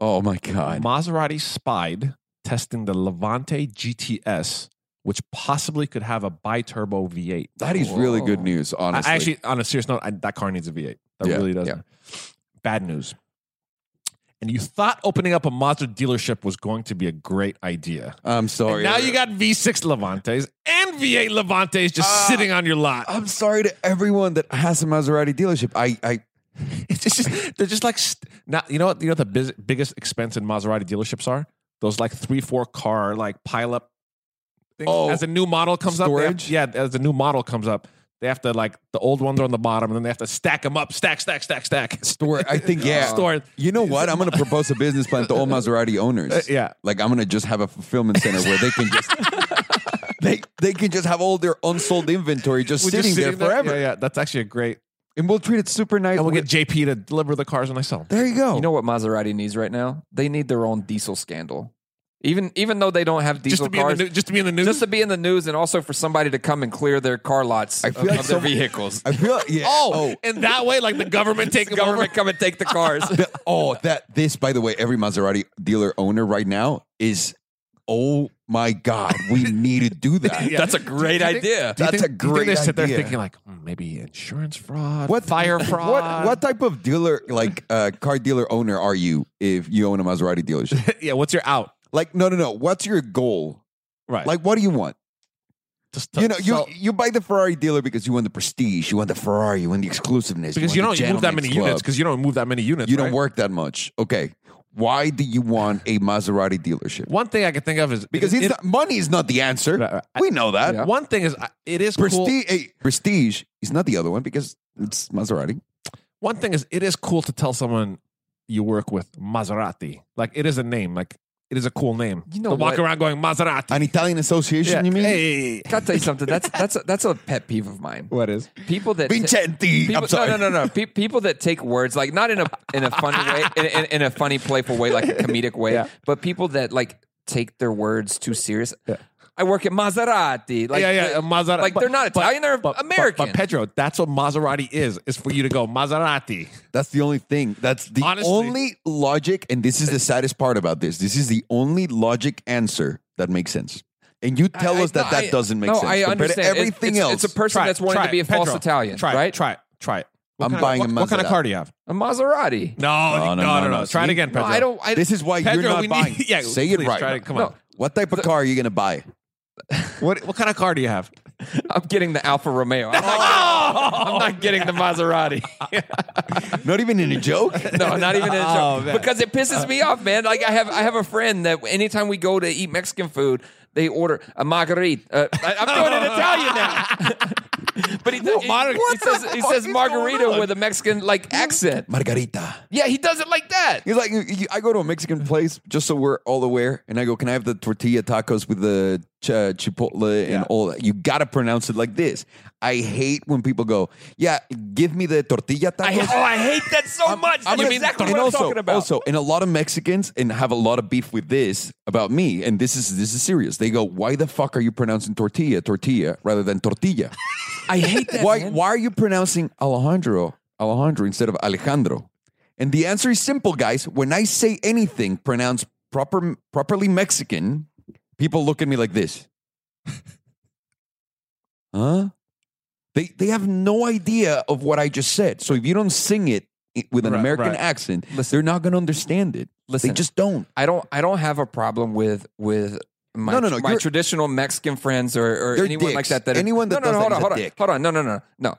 oh my god. Maserati spied testing the Levante GTS, which possibly could have a bi-turbo V8. That is really Whoa. good news, I- honestly. I actually, on a serious note, I, that car needs a V8. That Yeah, really does. not Bad news. And you thought opening up a Mazda dealership was going to be a great idea. I'm sorry. now you got V6 Levantes and V8 Levantes just Ah. sitting on your lot. I'm sorry to everyone that has a Maserati dealership. I, I It's just they're just like st- not. You know what? You know what the biz- biggest expense in Maserati dealerships are those like three four car like pile up. Things. Oh, as a new model comes up, they have- storage? yeah, as a new model comes up, they have to like the old ones are on the bottom, and then they have to stack them up, stack, stack, stack, stack. store. I think yeah. Store. You know what? I'm going to propose a business plan to all Maserati owners. Uh, yeah. Like I'm gonna just have a fulfillment center where they can just they they can just have all their unsold inventory just We're sitting, just there forever, Yeah, yeah, that's actually a great. and we'll treat it super nice. And we'll get JP to deliver the cars when I sell them. there you go. You know what Maserati needs right now? They need their own diesel scandal. Even even though they don't have Just diesel to be in cars, the news. Just to be in the news. just to be in the news, and also for somebody to come and clear their car lots I feel of, like of their some- vehicles. I feel yeah. oh, and that way, like the government Take taking the over. government come and take the cars. The- oh, that this by the way, every Maserati dealer owner right now is oh my god, we need to do that. Yeah. That's a great Do you think- idea. Do you That's think- a do you think great They sit there idea. thinking like "Hmm, maybe insurance fraud, What- fire fraud. What what type of dealer like uh, car dealer owner are you if you own a Maserati dealership? yeah, what's your out? Like no no no, what's your goal? Right, Like what do you want? just you know, you sell- you buy the Ferrari dealer because you want the prestige, you want the Ferrari, you want the exclusiveness. because you want don't the move that many gentleman's units club. because you don't move that many units. you don't right? work that much. Okay, why do you want a Maserati dealership? One thing I can think of is Because it- it's it- not, money is not the answer. Right, right. We know that. Yeah. one thing is uh, it is cool. Prestige, eh, prestige is not the other one because it's Maserati. One thing is it is cool to tell someone you work with Maserati. Like it is a name. Like It is a cool name. You know Don't walk what? around going Maserati. An Italian association, Yeah. you mean? Hey. Gotta tell you something. That's that's a, that's a pet peeve of mine. What is? People that Vincenti. People, I'm sorry. No, no, no, no. Pe- people that take words like not in a in a funny way, in, in, in a funny, playful way, like a comedic way, Yeah. but people that like take their words too serious. I work at Maserati. Like, uh, yeah, yeah, the- a Maserati. Like they're not Italian; they're American. But, Pedro, that's what Maserati is. Is for you to go Maserati. That's the only thing. That's the Honestly. only logic, and this is the saddest part about this. This is the only logic answer that makes sense. And you tell I- us that no, that I- doesn't make no, sense. compared I to understand. It- everything it's, else. It's a person Try it, that's wanting try to be it. a false Pedro, Italian, Try it. right? Try it. Try it. What I'm kind buying of, a what, what kind of Maserati. car do you have? A Maserati. No, No, no, no, no, no. no, no. Try it See? again, No, Pedro. I don't. I, this is why Pedro, you're not we buying. need. Yeah, Say it please, right. Try it. now. Come No. on. What type of car are you going to buy? What what kind of car do you have? I'm getting the Alfa Romeo. I'm not, I'm not getting the Maserati. Not even in a joke. No, not even in a Oh, joke. man. because it pisses me off, man. Like I have, I have a friend that anytime we go to eat Mexican food, they order a margarita. Uh, I, I'm doing it Italian now. but he, he- mar- he, what the says he fuck says is margarita going on? with a Mexican like accent. Margarita. Yeah, he does it like that. He's like, you- you- I go to a Mexican place just so we're all aware, and I go, "Can I have the tortilla tacos with the ch- uh, chipotle and Yeah. all that?" You gotta pronounce it like this. I hate when people go, "Yeah, give me the tortilla tacos." I hate, oh, I hate that so much. I'm That's gonna- exactly and what also, I'm talking about. Also, and a lot of Mexicans and have a lot of beef with this about me. And this is this is serious. They go, "Why the fuck are you pronouncing tortilla tortilla rather than tortilla? I hate that. why man. why are you pronouncing Alejandro Alejandro instead of Alejandro?" And the answer is simple, guys. When I say anything pronounced proper properly Mexican, people look at me like this. huh? They they have no idea of what I just said. So if you don't sing it i- with an Right, American right. accent, Listen. they're not going to understand it. Listen. they just don't. I don't I don't have a problem with with my, No, no, no, my you're- traditional Mexican friends or, or They're anyone like dicks. that. that Anyone that no, no, does no, hold that is on, a hold on, dick. hold on, no, no, no, no.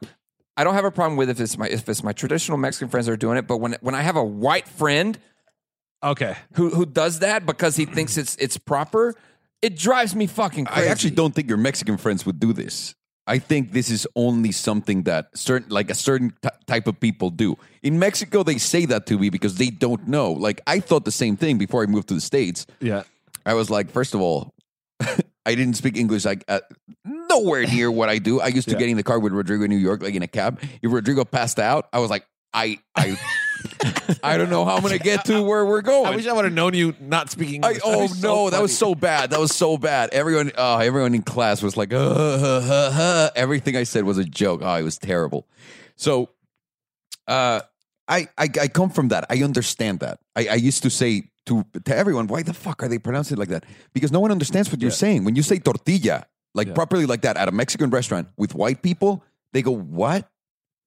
I don't have a problem with if it's my if it's my traditional Mexican friends that are doing it, but when when I have a white friend Okay. who who does that because he thinks it's it's proper, it drives me fucking I crazy. actually don't think your Mexican friends would do this. I think this is only something that certain, like a certain t- type of people do. In Mexico, they say that to me because they don't know. Like I thought the same thing before I moved to the states. Yeah. I was like, first of all, I didn't speak English like uh, nowhere near what I do. I used to Yeah. get in the car with Rodrigo in New York, like in a cab. If Rodrigo passed out, I was like, I, I, I don't know how I'm gonna get to where we're going. I wish I would have known you not speaking I, English. oh That'd be no, so that was funny. so bad. That was so bad. Everyone, uh, everyone in class was like, uh, huh, huh, huh. everything I said was a joke. Oh, it was terrible. So, uh, I, I I come from that. I understand that. I, I used to say to to everyone, why the fuck are they pronouncing it like that? Because no one understands what you're saying. When you say tortilla, like Yeah. properly like that at a Mexican restaurant with white people, they go, what?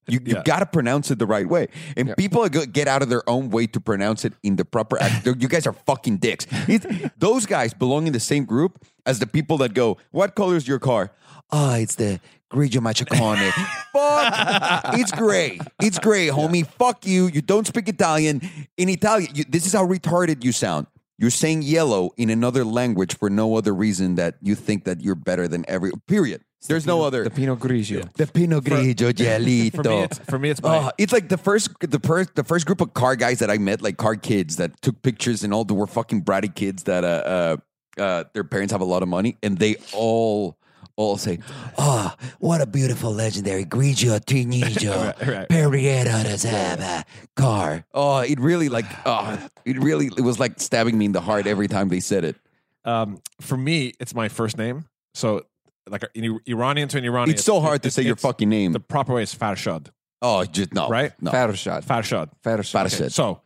You, Yeah. you got to pronounce it the right way. And Yeah. people are go- get out of their own way to pronounce it in the proper act. They're- you guys are fucking dicks. It- those guys belong in the same group as the people that go, What color is your car? Oh, it's the Grigio Machacone. Fuck. It's gray. It's gray, homie. Fuck you. You don't speak Italian. In Italian, you, this is how retarded you sound. You're saying yellow in another language for no other reason that you think that you're better than every. Period. There's no other. the Pinot Grigio. The Pinot Grigio Gialito. For me, it's, for me, it's my. Oh, it's like the first the first the first group of car guys that I met, like car kids that took pictures and all the were fucking bratty kids that uh uh, uh their parents have a lot of money and they all all say, Oh, what a beautiful legendary Grigio Trinijo Right, right. Perriero de Zaba car. Oh, it really like oh it really it was like stabbing me in the heart every time they said it. um, for me, it's my first name. So, like an Iranian to an Iranian, It's so hard to it's- say your it's- fucking name. The proper way is Farshad. oh just no. Right? No. Farshad. Farshad. Farshad. Farshad. So,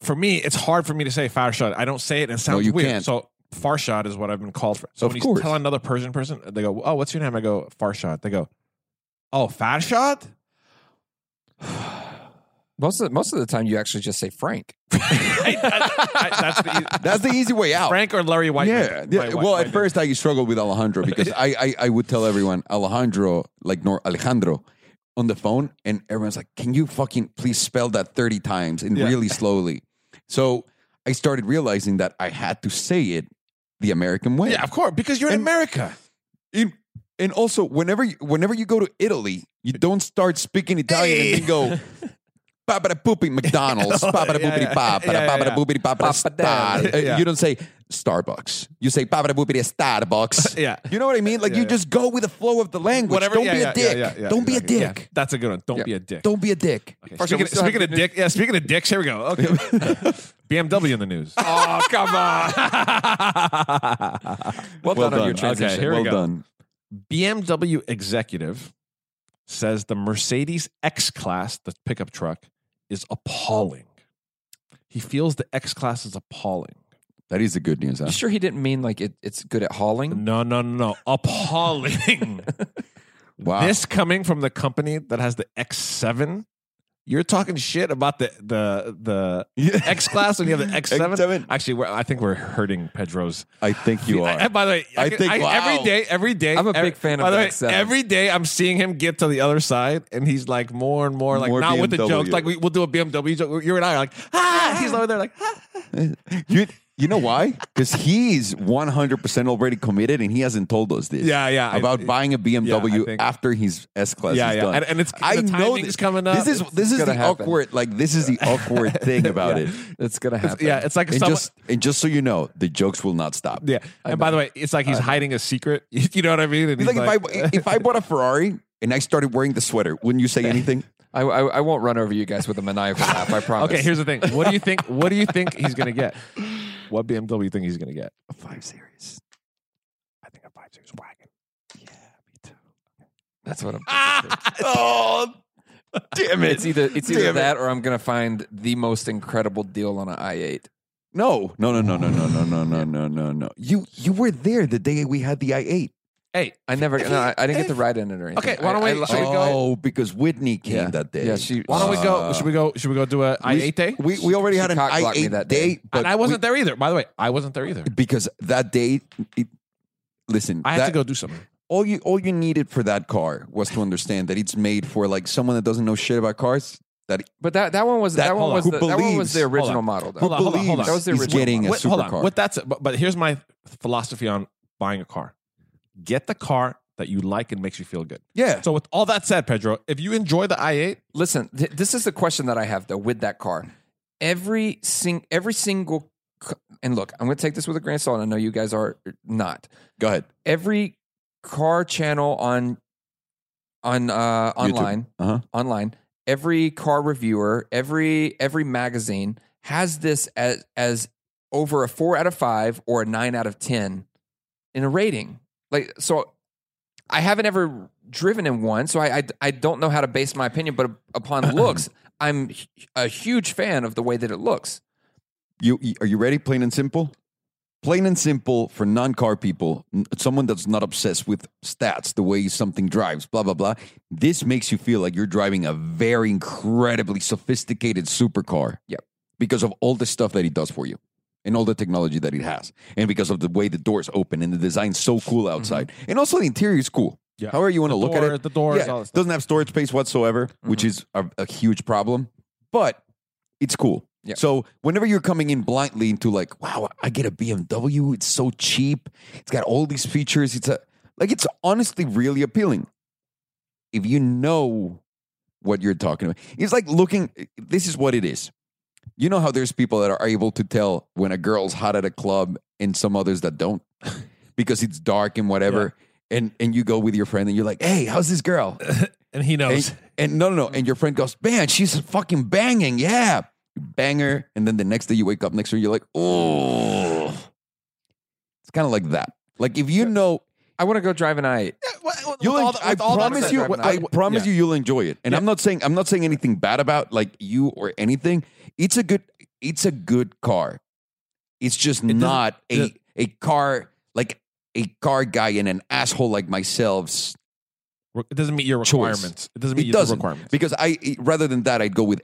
for me, it's hard for me to say Farshad. I don't say it, and it sounds you weird. can't. So, Farshad is what I've been called for. So, Of when course. you tell another Persian person, they go, "Oh, what's your name?" I go, "Farshad." They go, "Oh, Farshad." Most of most of the time, you actually just say Frank. I- that's the, e- That's the easy way out. Frank or Larry White. Yeah. yeah. well, at first I struggled with Alejandro because I, I I would tell everyone Alejandro like nor Alejandro on the phone, and everyone's like, "Can you fucking please spell that thirty times and Yeah. really slowly?" So I started realizing that I had to say it the American way. yeah, of course, because you're in And- America. In- and also, whenever you, whenever you go to Italy, you don't start speaking Italian and then go. Babada boopy McDonald's. Babada Oh, Yeah, boopity yeah. pop. Yeah, yeah, Babada yeah. boopity Papa babada star. Dan. Uh, Yeah. You don't say Starbucks. You say babada boopity Starbucks. Yeah. You know what I mean? Like Yeah, you yeah. just go with the flow of the language. Whatever. Don't yeah, be yeah, a yeah, dick. yeah, yeah, Don't be a exactly. Yeah, dick. That's a good one. Don't be a dick. Don't be a dick. Okay, First, Speaking, we of, still speaking have of dick, yeah. Speaking of dicks, here we go. Okay. BMW in the news. Oh, come on. well, Well done, on your done. transition. Okay, here we well go. done. BMW executive says the Mercedes X Class, the pickup truck, is appalling. He feels the X Class is appalling. That is the good news. Huh? You sure he didn't mean like it, it's good at hauling? No, no, no, no. Appalling. Wow. This coming from the company that has the X7. You're talking shit about the the the X class when you have the X7. X7. Actually, we're, I think we're hurting Pedro's. I think you I, I- are. by the way, I, I can- think- I- wow. every day, every day, I'm a every- big fan of by the the way, X7. Every day, I'm seeing him get to the other side, and he's like more and more like More not with the BMW. jokes. Like we, we'll do a BMW joke. You and I are like ah. He's over there like ah. You, you know why? Because he's 100% already committed and he hasn't told us this. Yeah, yeah, I- About buying a BMW yeah, I think- after his S class Yeah, is yeah. done. And- and it's- I the know timing's this coming up. This is It's- this it's is the gonna happen. awkward like this is the awkward thing about it. It's going to happen. yeah. It's like And someone, just and just so you know, the jokes will not stop. yeah. And by the way, it's like he's hiding a secret. You know what I mean? And It's like, he's if I if I bought a Ferrari and I started wearing the sweater, wouldn't you say anything? I, I, I won't run over you guys with a maniacal laugh, I promise. Okay, here's the thing. What do you think? What do you think he's gonna get? What BMW do you think he's gonna get? A five series. I think a five series wagon. That's what I'm thinking. Oh damn It's e either it's either Damn it. that or I'm gonna find the most incredible deal on an i8. No, no, no, no, no, no, no, no, no, no, no, no. You you were there the day we had the i8. Hey, I never, no, I, I didn't get to if- ride in it or anything. Okay, why don't I- I we- li- should we go- Oh, because Whitney came Yeah. that day. Yeah, she- why don't we go? Uh, Should we go? Should we go do a I we- eight day? We we already She had an cock blocked me i8 that day. date, but and I wasn't there either. By the way, I wasn't there either. we- because that day. It, listen, I had that- to go do something. all you all you needed for that car was to understand that it's made for like someone that doesn't know shit about cars. That but that that one was That- that, one hold was on. the, Who that one was believes- the hold original on. model though. Hold on, hold on, believes hold on. That was the he's original getting a Wait, hold on. supercar. What that's but, but here's my philosophy on buying a car. Get the car that you like and makes you feel good. Yeah, So with all that said, Pedro, if you enjoy the i8, Listen, th- this is the question that I have though with that car. Every sing every single c- and look, I'm gonna take this with a grain of salt. and I know you guys are not. go ahead. Every car channel on on uh online Uh huh. online every car reviewer every every magazine has this as as over a four out of five or a nine out of ten in a rating like so i haven't ever driven in one so i i, I don't know how to base my opinion but upon looks i'm hu- a huge fan of the way that it looks You you- are you ready? Plain and simple. Plain and simple for non-car people, n- someone that's not obsessed with stats, the way something drives, blah blah blah. This makes you feel like you're driving a very incredibly sophisticated supercar. Yep. Because of all the stuff that it does for you, and all the technology that it has, and because of the way the doors open and the design's so cool outside, and also the interior is cool. Mm-hmm. Yeah. However you want to look at door- it, the doors, all that stuff. doesn't have storage space whatsoever, which is a, a huge problem. But it's cool. Yeah. So whenever you're coming in blindly into like, wow, I get a BMW, it's so cheap, it's got all these features, it's a like it's honestly really appealing. If you know what you're talking about, it's like looking. This is what it is. You know how there's people that are able to tell when a girl's hot at a club and some others that don't because it's dark and whatever. And and you go with your friend and you're like, hey, how's this girl? and he knows. And, and no, no, no. And your friend goes, man, she's fucking banging. Yeah. You bang her. And then the next day you wake up next to her, you're like, oh. It's kind of like that. Like if you know, i want to go drive an i8 you'll. en- I promise said, you. driving I out. promise Yeah. you, you'll enjoy it. And I'm not saying I'm not saying anything bad about like you or anything. It's a good. It's a good car. It's just doesn't- not a the- a car like a car guy and an asshole like myself It doesn't meet your Choice. requirements. It doesn't meet It your doesn't requirements. because I rather than that I'd go with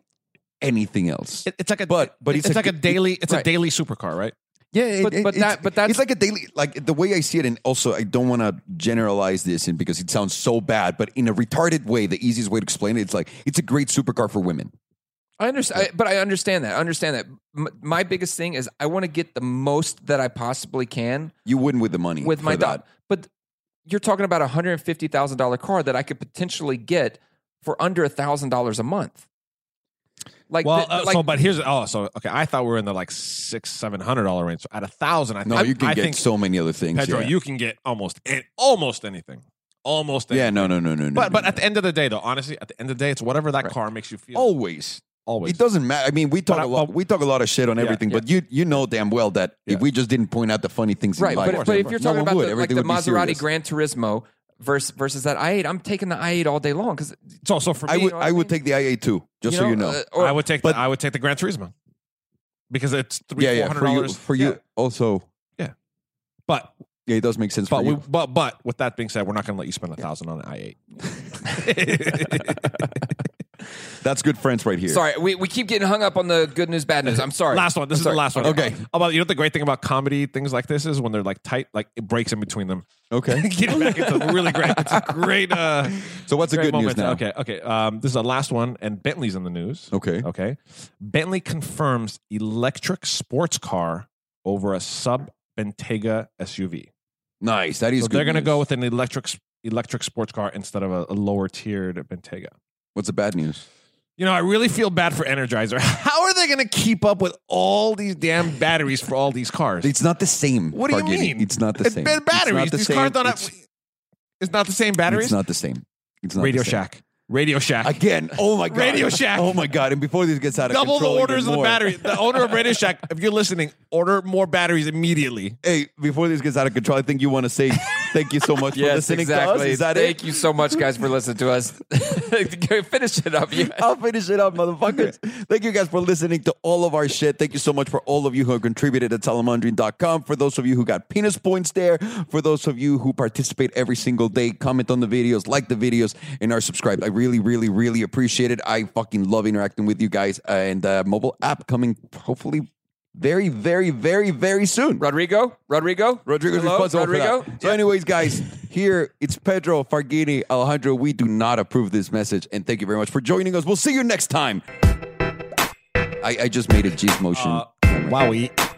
anything else. It- it's like a But- but it's, it's a like a good- daily. It's a right. daily supercar, right? Yeah, But- it's- but that- but that's- it's like a daily like the way I see it, and also I don't want to generalize this, and because it sounds so bad, but in a retarded way, the easiest way to explain it, it's like it's a great supercar for women. I understand, I, but I understand that. I understand that. M- my biggest thing is I want to get the most that I possibly can You win with the money with my for dog. But you're talking about a hundred and fifty thousand dollar car that I could potentially get for under a thousand dollars a month. Like, well, the- the- uh, like so but here's oh so okay. I thought we were in the like six seven hundred dollar range. So at a thousand, I No, I, you can I get think, so many other things. Pedro, yeah. you can get almost an- almost anything, almost anything. yeah, no, no, no, no, no. But no, but at the end of the day, though, honestly, at the end of the day, it's whatever that car makes you feel. always. Oh, always. It doesn't matter. I mean, we talk I- a lot. but- we talk a lot of shit on Yeah, everything, yeah. but you you know damn well that Yeah. if we just didn't point out the funny things right. in life, But, but if no you're talking one about would. the, like Everything the would be Maserati serious. Gran Turismo versus versus that i8, I'm taking the i8 all day long because So so for me, I you would know what I I would mean? take the IA too, just so you know. uh, or- I would take but- the, I would take the Gran Turismo because it's three yeah, four yeah. hundred For you, dollars for you also. But Yeah, it does make sense. for but we you. but but with that being said, we're not going to let you spend a thousand on an i eight. that's good friends right here. Sorry, we, we keep getting hung up on the good news, bad news. I'm sorry. Oh, Last one. This is the last one. Um, Okay. About you know what the great thing about comedy things like this is when they're like tight, like it breaks in between them. Okay. Get back. It's a really great. It's a great. Uh, So what's the great good news moment. now? Okay. Okay. Um, this is the last one, and Bentley's in the news. Okay. Okay. Bentley confirms electric sports car over a sub Bentayga SUV. Nice. That is. So good they're going to news. go with an electric s- electric sports car instead of a, a lower tiered Bentayga. What's the bad news? You know, I really feel bad for Energizer. How are they going to keep up with all these damn batteries for all these cars? It's not the same. What do you Farghini. mean? It's not the It's same. been It's not batteries. the These same. cars don't have. It's- It's not the same batteries. It's not the same. It's not Radio the same. Shack. Radio Shack. Again, oh my god. Radio Shack. Oh my god. And before this gets out of Double the control even orders of the more- battery. The owner of Radio Shack, if you're listening, order more batteries immediately. Hey, before this gets out of control, I think you want to say thank you so much for Yes, listening to us. exactly. Is that Thank it? you so much, guys, for listening to us. Finish it up. You I'll finish it up, motherfuckers. Thank you guys for listening to all of our shit. Thank you so much for all of you who have contributed at salamandrian.com. For those of you who got penis points there, for those of you who participate every single day, comment on the videos, like the videos, and are subscribed. I really, really, really appreciate it. I fucking love interacting with you guys. And uh, mobile app coming hopefully very, very, very, very soon. Rodrigo? Rodrigo? Rodrigo's Hello? responsible Rodrigo? for that. So, anyways, guys, here it's Pedro Farghini Alejandro. We do not approve this message, and thank you very much for joining Uh, us. We'll see you next time. I, I just made a G's motion. Wow.